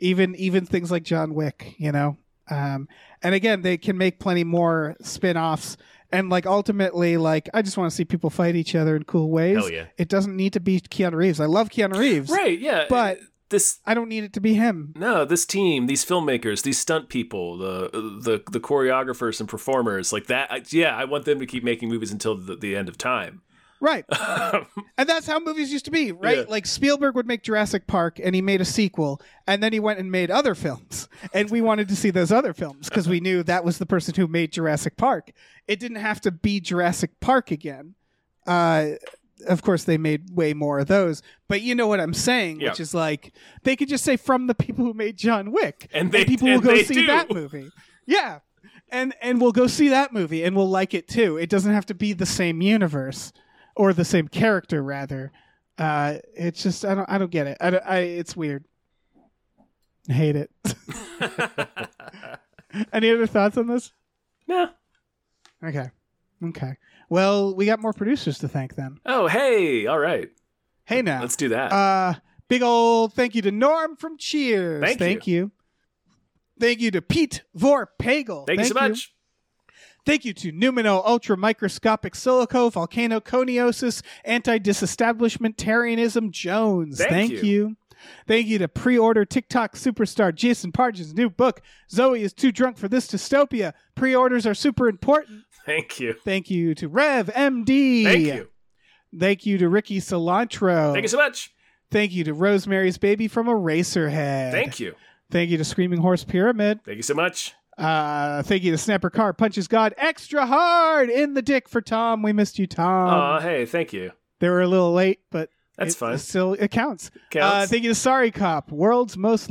C: even even things like John Wick, you know. Um, and again, they can make plenty more spin-offs. And like ultimately, like I just want to see people fight each other in cool ways.
D: Hell yeah.
C: It doesn't need to be Keanu Reeves. I love Keanu Reeves.
E: right yeah
C: But-
E: this
C: I don't need it to be
E: (laughs)
C: him.
E: No, this team, these filmmakers, these stunt people, the the the choreographers and performers, like that. I, yeah, I want them to keep making movies until the, the end of time.
C: Right. and that's how movies used to be, right?
E: Yeah.
C: Like Spielberg would make Jurassic Park and he made a sequel and then he went and made other films. (laughs) And we wanted to see those other films because we knew that was the person who made Jurassic Park. It didn't have to be Jurassic Park again. Uh of course they made way more of those, but you know what I'm saying,
E: Yeah.
C: which is like they could just say from the people who made John Wick.
E: And they-
C: people
E: and
C: will go
E: they
C: see
E: do.
C: that movie. Yeah. And and we'll go see that movie and we'll like it too. It doesn't have to be the same universe or the same character rather. Uh it's just I don't I don't get it. I, don't- I it's weird. I
E: (laughs)
C: hate it. Any other thoughts on this?
E: No.
C: Okay. Okay. Well, we got more producers to thank then.
E: Oh, hey, all right,
C: Hey now.
E: let's do that.
C: Uh, big old thank you to Norm from Cheers.
E: Thank you.
C: you. Thank you to Pete Vorpagel.
E: Thank, you so much.
C: Thank you to Numino Ultra Microscopic Silico, Volcano Coniosis, Anti Disestablishmentarianism Jones.
A: Thank
C: Thank,
A: you.
C: you. Thank you to pre order TikTok superstar Jason Parge's new book, Zoe is Too Drunk for This Dystopia. Pre orders are super important.
A: Thank you.
C: Thank you to Rev MD.
A: Thank you.
C: Thank you to Ricky Cilantro.
A: Thank you so much.
C: Thank you to Rosemary's Baby from Eraserhead.
A: Thank you.
C: Thank you to Screaming Horse Pyramid.
A: Thank you so much.
C: Uh, thank you to Snapper Car Punches God extra hard in the dick for Tom. We missed you, Tom.
A: Aw, hey, thank you.
C: they were a little late, but
A: Uh, That's
C: Um, it
A: fine.
C: Still, it counts. Uh,
A: Counts.
C: thank you to Sorry Cop, world's most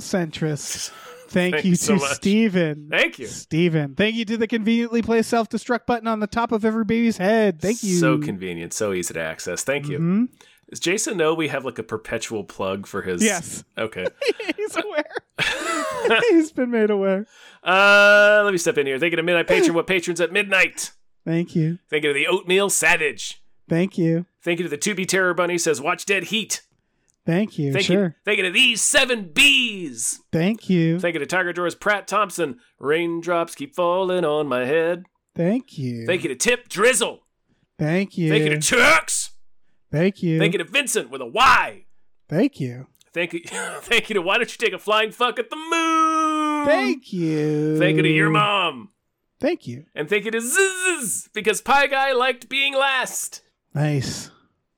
A: (laughs)
C: centrist. Thank
A: Thank
C: you
A: you
C: to
A: so much.
C: Steven.
A: Thank you.
C: Steven. Thank you to the conveniently placed self destruct button on the top of every baby's head. Thank you.
A: So convenient, so easy to access. Thank you.
C: Mhm.
A: Does Jason know we have like a perpetual plug for his?
C: Yes.
A: Okay.
C: (laughs)
A: (laughs)
C: He's aware. He's been made aware.
A: Uh, let me step in here. Thank you to Midnight Patron, what patrons at midnight.
C: Thank you.
A: Thank you to the Oatmeal Savage.
C: Thank you.
A: Thank you to the To Be Terror Bunny says, watch Dead Heat.
C: Thank you.
A: Thank you.
C: sure.
A: Thank you to these seven bees.
C: Thank you.
A: Thank you to Tiger Drawers Pratt Thompson. Raindrops keep falling on my head.
C: Thank you.
A: Thank you to Tip Drizzle.
C: Thank you.
A: Thank you to Turks.
C: Thank you.
A: Thank you to Vincent with a Y.
C: Thank you.
A: Thank you. (laughs) Thank you to Why Don't You Take a Flying Fuck at the Moon?
C: Thank you.
A: Thank you to your mom.
C: Thank you.
A: And thank you to Zzz because Pie Guy liked being last.
C: Nice.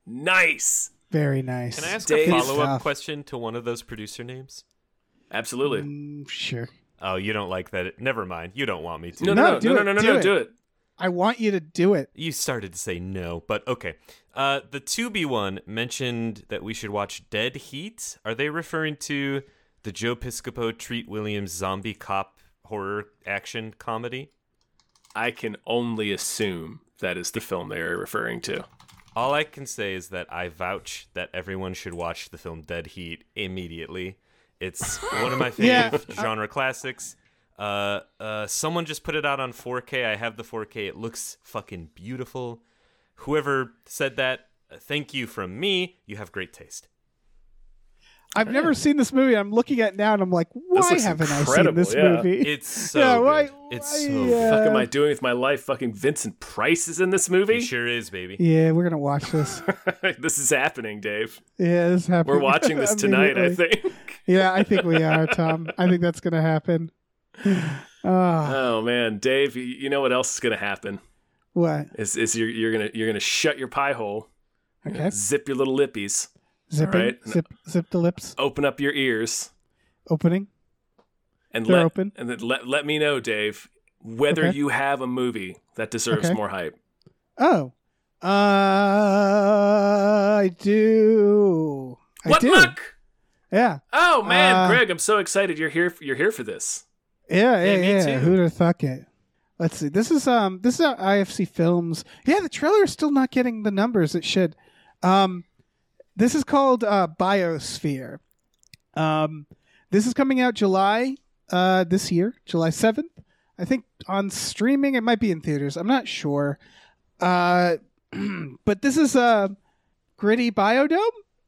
A: Nice.
C: Very nice.
D: Can I ask
A: Dave
D: a follow
C: Stuff.
D: up question to one of those producer names?
A: Absolutely.
C: Mm, sure.
D: Oh, you don't like that. Never mind. You don't want me to.
A: No, no,
C: No,
A: no,
C: do
A: no, no,
C: it,
A: no, no,
C: do
A: no,
C: it.
A: do it.
C: I want you to do it.
D: You started to say no, but okay. Uh, the 2B one mentioned that we should watch Dead Heat. Are they referring to the Joe Piscopo Treat Williams zombie cop horror action comedy?
A: I can only assume that is the film they are referring
C: Uh,
A: to.
D: All I can say is that I vouch that everyone should watch the film Dead Heat immediately. It's one of my
C: (laughs) Yeah.
D: favorite genre classics. Uh, uh, someone just put it out on 4K. I have the 4K. It looks fucking beautiful. Whoever said that, uh, thank you from me. You have great taste.
C: I've never seen this movie. I'm looking at it now and I'm like, why
A: looks
C: haven't I seen
A: incredible,
C: this
A: yeah.
C: movie?
D: It's so
C: Yeah, why-
D: good. It's
C: why,
D: so
C: uh,
A: fuck am I doing with my life? Fucking Vincent Price is in this
D: good. It
A: movie.
D: sure is, baby.
C: (laughs) yeah, we're gonna watch this.
A: (laughs) this is happening, Dave.
C: Yeah, this happened. (laughs)
A: We're watching this tonight, I think. (laughs)
C: Yeah, I think we are, Tom. I think that's gonna happen. (sighs) Ah,
A: Oh man, Dave, y- you know what else is gonna happen?
C: what?
A: Is is you're you're gonna you're gonna shut your pie hole,
C: Okay.
A: zip your little lippies,
C: Zipping.
A: right.
C: Zip. Zip the lips.
A: open up your ears,
C: Opening.
A: and
C: They're
A: let
C: open.
A: and then let let me know, Dave, whether
C: Okay.
A: you have a movie that deserves
C: Okay.
A: more hype.
C: Oh. Uh, I do. I
A: what
C: do.
A: luck?
C: Yeah.
A: Oh man,
C: Uh,
A: Greg, I'm so excited you're here. You're here for this.
C: Yeah, yeah,
D: Yeah, me
C: yeah.
D: too.
C: Who'd have thought it? Let's see. This is um this is how IFC films. Yeah, the trailer is still not getting the numbers it should. Um this is called uh Biosphere. Um this is coming out July uh this year, July 7th. I think on streaming it might be in theaters. I'm not sure. Uh (clears throat) but this is a gritty biodome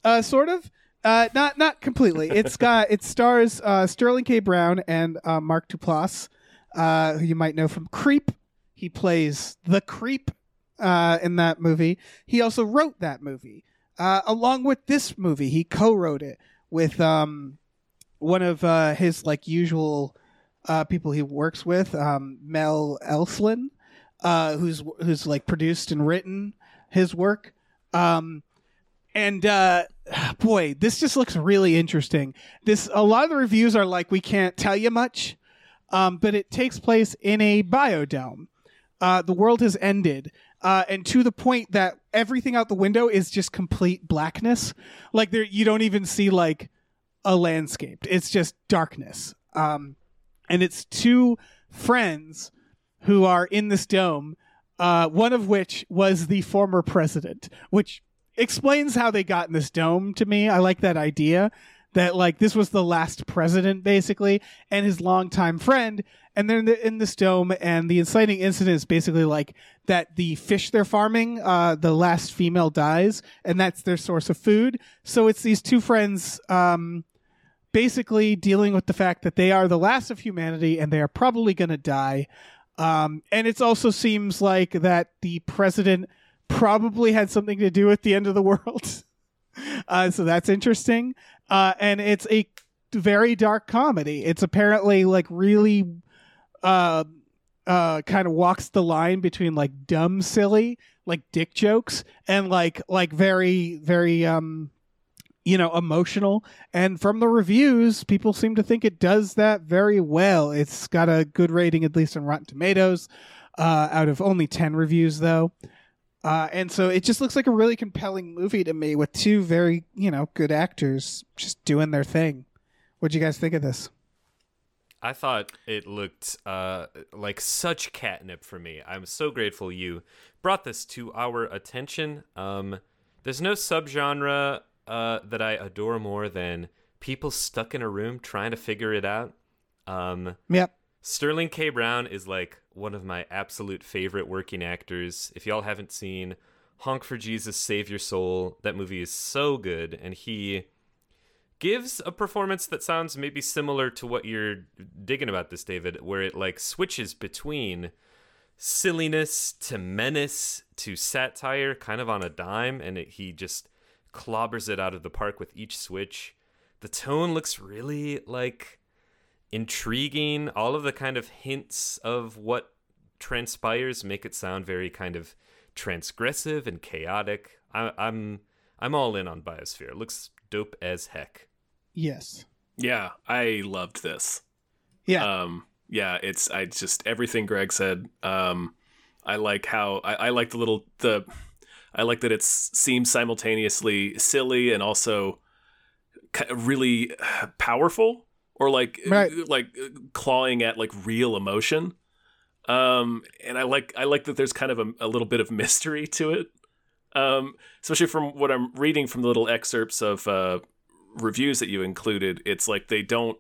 C: uh sort of uh not not completely it's got it stars uh sterling k brown and uh mark duplass uh who you might know from creep he plays the creep uh in that movie he also wrote that movie uh along with this movie he co-wrote it with um one of uh his like usual uh people he works with um mel elslin uh who's who's like produced and written his work um and uh boy this just looks really interesting this a lot of the reviews are like we can't tell you much um but it takes place in a biodome uh the world has ended uh and to the point that everything out the window is just complete blackness like there you don't even see like a landscape it's just darkness um and it's two friends who are in this dome uh, one of which was the former president, which explains how they got in this dome to me. I like that idea that like this was the last president basically and his longtime friend and they're in, the, in this dome and the inciting incident is basically like that the fish they're farming uh, the last female dies and that's their source of food so it's these two friends um, basically dealing with the fact that they are the last of humanity and they are probably going to die Um, and it also seems like that the president probably had something to do with the end of the world. (laughs) Uh, so that's interesting. Uh, and it's a very dark comedy. It's apparently like really uh, uh, kind of walks the line between like dumb, silly, like dick jokes, and like like very very um you know emotional and from the reviews people seem to think it does that very well it's got a good rating at least on rotten tomatoes uh, out of only 10 reviews though uh, and so it just looks like a really compelling movie to me with two very you know good actors just doing their thing what do you guys think of this
D: I thought it looked uh, like such catnip for me. I'm so grateful you brought this to our attention. Um, there's no subgenre uh, that I adore more than people stuck in a room trying to figure it out. Um,
C: yep
D: Sterling K. Brown is like one of my absolute favorite working actors. If y'all haven't seen Honk for Jesus, Save Your Soul, that movie is so good, and he gives a performance that sounds maybe similar to what you're digging about this, David, where it like switches between silliness to menace to satire kind of on a dime, and it, he just clobbers it out of the park with each switch. The tone looks really like intriguing. All of the kind of hints of what transpires make it sound very kind of transgressive and chaotic. I, I'm I'm all in on Biosphere. It looks dope as heck.
C: yes
A: Yeah, I loved this.
C: yeah
D: Uh,
A: Um, yeah, it's I just everything Greg said. Um, I like how I, I like the little the I like that it seems simultaneously silly and also ki- really (sighs) uh, powerful or like
C: Right.
A: like uh, clawing at like real emotion. Um, and I like I like that there's kind of a, a little bit of mystery to it. Um, especially from what I'm reading from the little excerpts of uh, reviews that you included, it's like they don't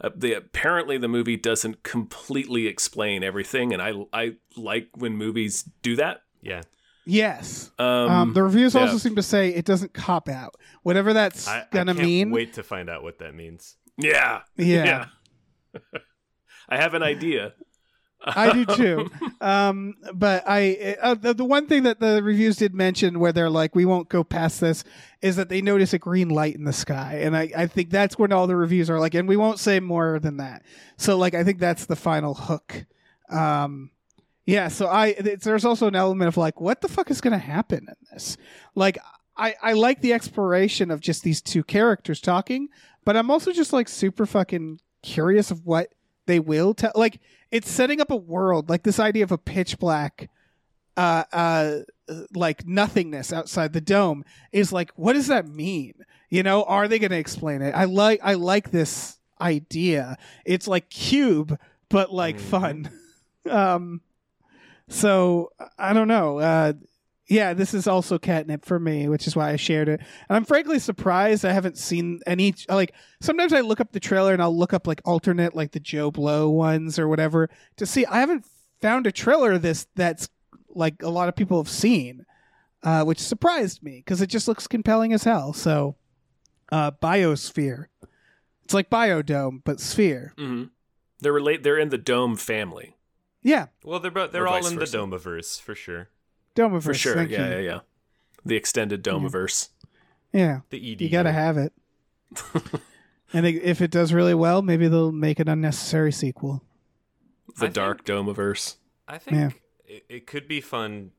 A: uh, they apparently the movie doesn't completely explain everything, and I I like when movies do that.
D: Yeah,
C: yes
A: Um,
C: Um, the reviews
A: yeah.
C: also seem to say it doesn't cop out. Whatever that's
D: I,
C: gonna
D: I can't
C: mean.
D: Wait to find out what that means.
A: yeah,
D: (laughs)
C: Yeah,
A: yeah. (laughs) I have an idea.
C: I
A: (laughs)
C: do too. um, but I uh, the, the one thing that the reviews did mention where they're like, we won't go past this, is that they notice a green light in the sky, and I, I think that's when all the reviews are like, and we won't say more than that. So like, I think that's the final hook. Um, yeah. So I it's, there's also an element of like, what the fuck is gonna happen in this? Like. I, I like the exploration of just these two characters talking, but I'm also just like super fucking curious of what they will tell. Like it's setting up a world, like this idea of a pitch black, uh, uh, like nothingness outside the dome is like, what does that mean? You know, are they going to explain it? I like, I like this idea. It's like cube, but like
D: Mhm.
C: fun. (laughs) um, so I don't know. Uh, yeah, this is also catnip for me, which is why I shared it. And I'm frankly surprised I haven't seen any. Like sometimes I look up the trailer and I'll look up like alternate, like the Joe Blow ones or whatever to see. I haven't found a trailer of this that's like a lot of people have seen, uh, which surprised me because it just looks compelling as hell. So, uh, Biosphere, it's like Biodome but sphere.
A: Mhm. They're relate. They're in the Dome family
C: Yeah,
D: Well, they're bo- they're
A: Or
D: all
A: vice
D: in the
A: versa.
D: Domaverse for sure.
C: Domoverse.
A: for sure.
C: Thank
A: yeah,
C: you.
A: yeah, yeah. The extended Domeverse.
C: yeah.
D: The E ED.
C: You gotta
A: (laughs)
C: have it. and i- if it does really well, maybe they'll make an unnecessary sequel.
A: The
D: I
A: Dark Domeverse.
D: I think it, it could be fun.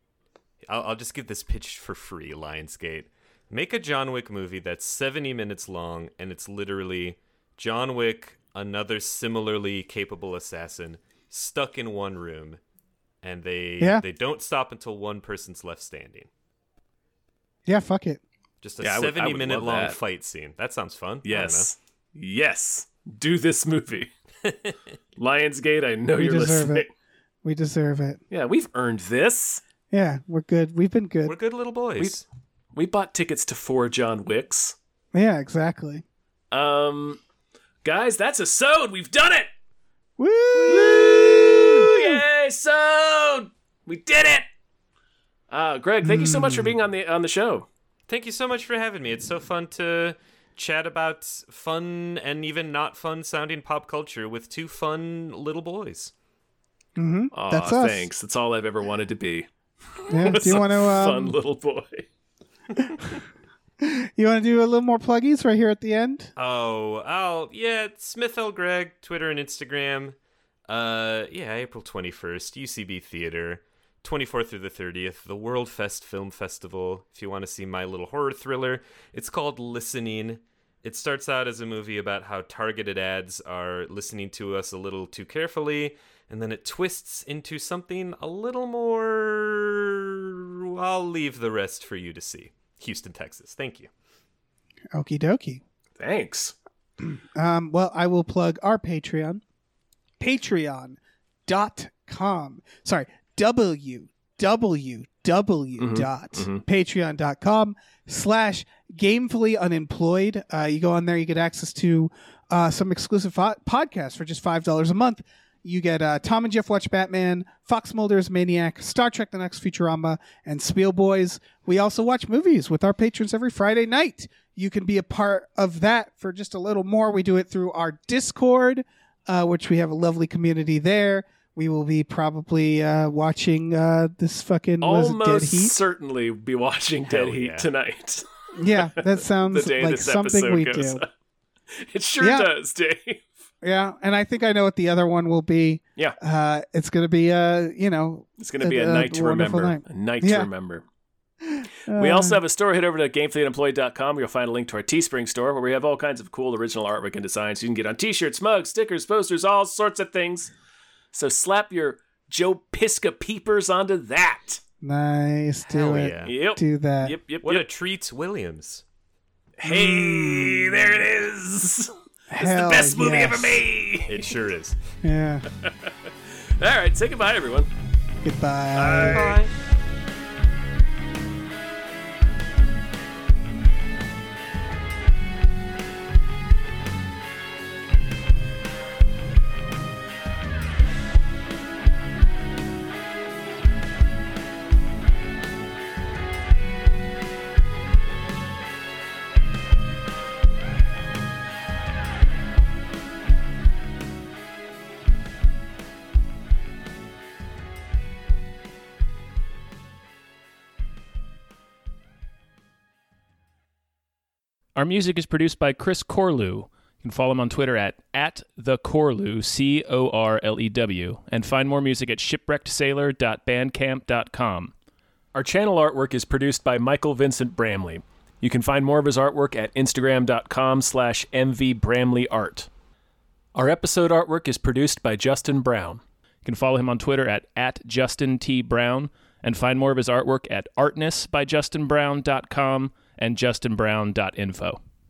D: I'll, I'll just give this pitch for free, Lionsgate. Make a John Wick movie that's 70 minutes long, and it's literally John Wick, another similarly capable assassin, stuck in one room, and they
C: Yeah.
D: they don't stop until one person's left standing.
C: Yeah, fuck it.
D: Just a
A: Yeah, I would- I
D: 70
A: would
D: minute
A: love
D: long
A: that.
D: fight scene. That sounds fun. I don't
A: Yes, yes. Do this movie, Lionsgate. I know
C: We
A: you're
C: deserve
A: listening.
C: it. We deserve it.
A: Yeah, we've earned this.
C: Yeah, we're good. We've been
D: know.
C: good.
D: We're good little boys.
A: We bought tickets to four John Wicks.
C: yeah, exactly.
A: Um, guys, that's a sewed. We've done it.
C: Woo!
A: Yay, sewed. We did it. Uh, Greg, thank you so
C: Mm.
A: much for being on the on the show.
D: Thank you so much for having me. It's so fun to chat about fun and even not fun sounding pop culture with two fun little boys.
C: Mm-hmm.
E: Aw,
C: That's us.
E: thanks. That's all I've ever wanted to be.
C: Yeah. (laughs) Do you
E: Some
C: want to
E: fun
C: um,
E: little boy?
C: you want to do a little more pluggies right here at the end?
D: Oh, oh, yeah, it's Smith L. Gregg, Twitter and Instagram. Uh, yeah, April 21st, UCB Theater, 24th through the 30th, the World Fest Film Festival. If you want to see my little horror thriller, it's called Listening. It starts out as a movie about how targeted ads are listening to us a little too carefully, and then it twists into something a little more. I'll leave the rest for you to see. Houston, Texas. Thank you.
C: Okie dokie.
E: Thanks.
C: Um, well, I will plug our Patreon. Patreon.com. Sorry, W www dot patreon.com slash gamefully unemployed uh, you go on there you get access to uh, some exclusive fo- podcasts for just five dollars a month you get uh, tom and jeff watch batman fox mulder's maniac star trek the next futurama and spiel boys we also watch movies with our patrons every friday night you can be a part of that for just a little more we do it through our discord uh, which we have a lovely community there we will be probably uh, watching uh, this fucking was it Dead
E: Almost
C: Heat?
E: certainly be watching Dead
D: Hell
E: Heat
D: yeah.
E: tonight. (laughs)
C: Yeah, that
E: the
C: sounds
E: day
C: like
E: this
C: something
E: episode
C: we
E: goes
C: do.
E: up. (laughs) It sure
C: Yeah.
E: does, Dave. (laughs)
C: Yeah, and I think I know what the other one will be.
E: Yeah.
C: Uh, it's gonna be uh, you know,
E: It's going to be
C: A-
E: a
C: a
E: night to
C: uh, wonderful
E: remember.
C: night.
E: A night
C: Yeah.
E: to remember. We
C: uh,
E: also have a store. Head over to gamefleetemployed.com. You'll find a link to our Teespring store where we have all kinds of cool original artwork and designs. You can get on t shirts, mugs, stickers, posters, all sorts of things. So slap your Joe Pisca peepers onto that.
C: nice. Do
D: Hell
C: it.
D: yeah.
E: Yep.
C: Do that.
E: Yep, yep,
D: What
E: yep.
D: a treat, Williams.
E: hey, there it is. It's the
C: Hmm. Hell
E: best movie
C: yes.
E: ever made.
D: It sure is.
C: Yeah.
E: All right, say goodbye, everyone.
C: Goodbye.
D: Bye.
A: Our music is produced by Chris Corlew. You can follow him on Twitter at, at the Corlew, C O R L E W, and find more music at shipwreckedsailor.bandcamp.com. Our channel artwork is produced by Michael Vincent Bramley. You can find more of his artwork at instagram.com slash mvbramleyart. Our episode artwork is produced by Justin Brown. You can follow him on Twitter at, at Justin T. Brown and find more of his artwork at artnessbyjustinbrown.com and justinbrown.info.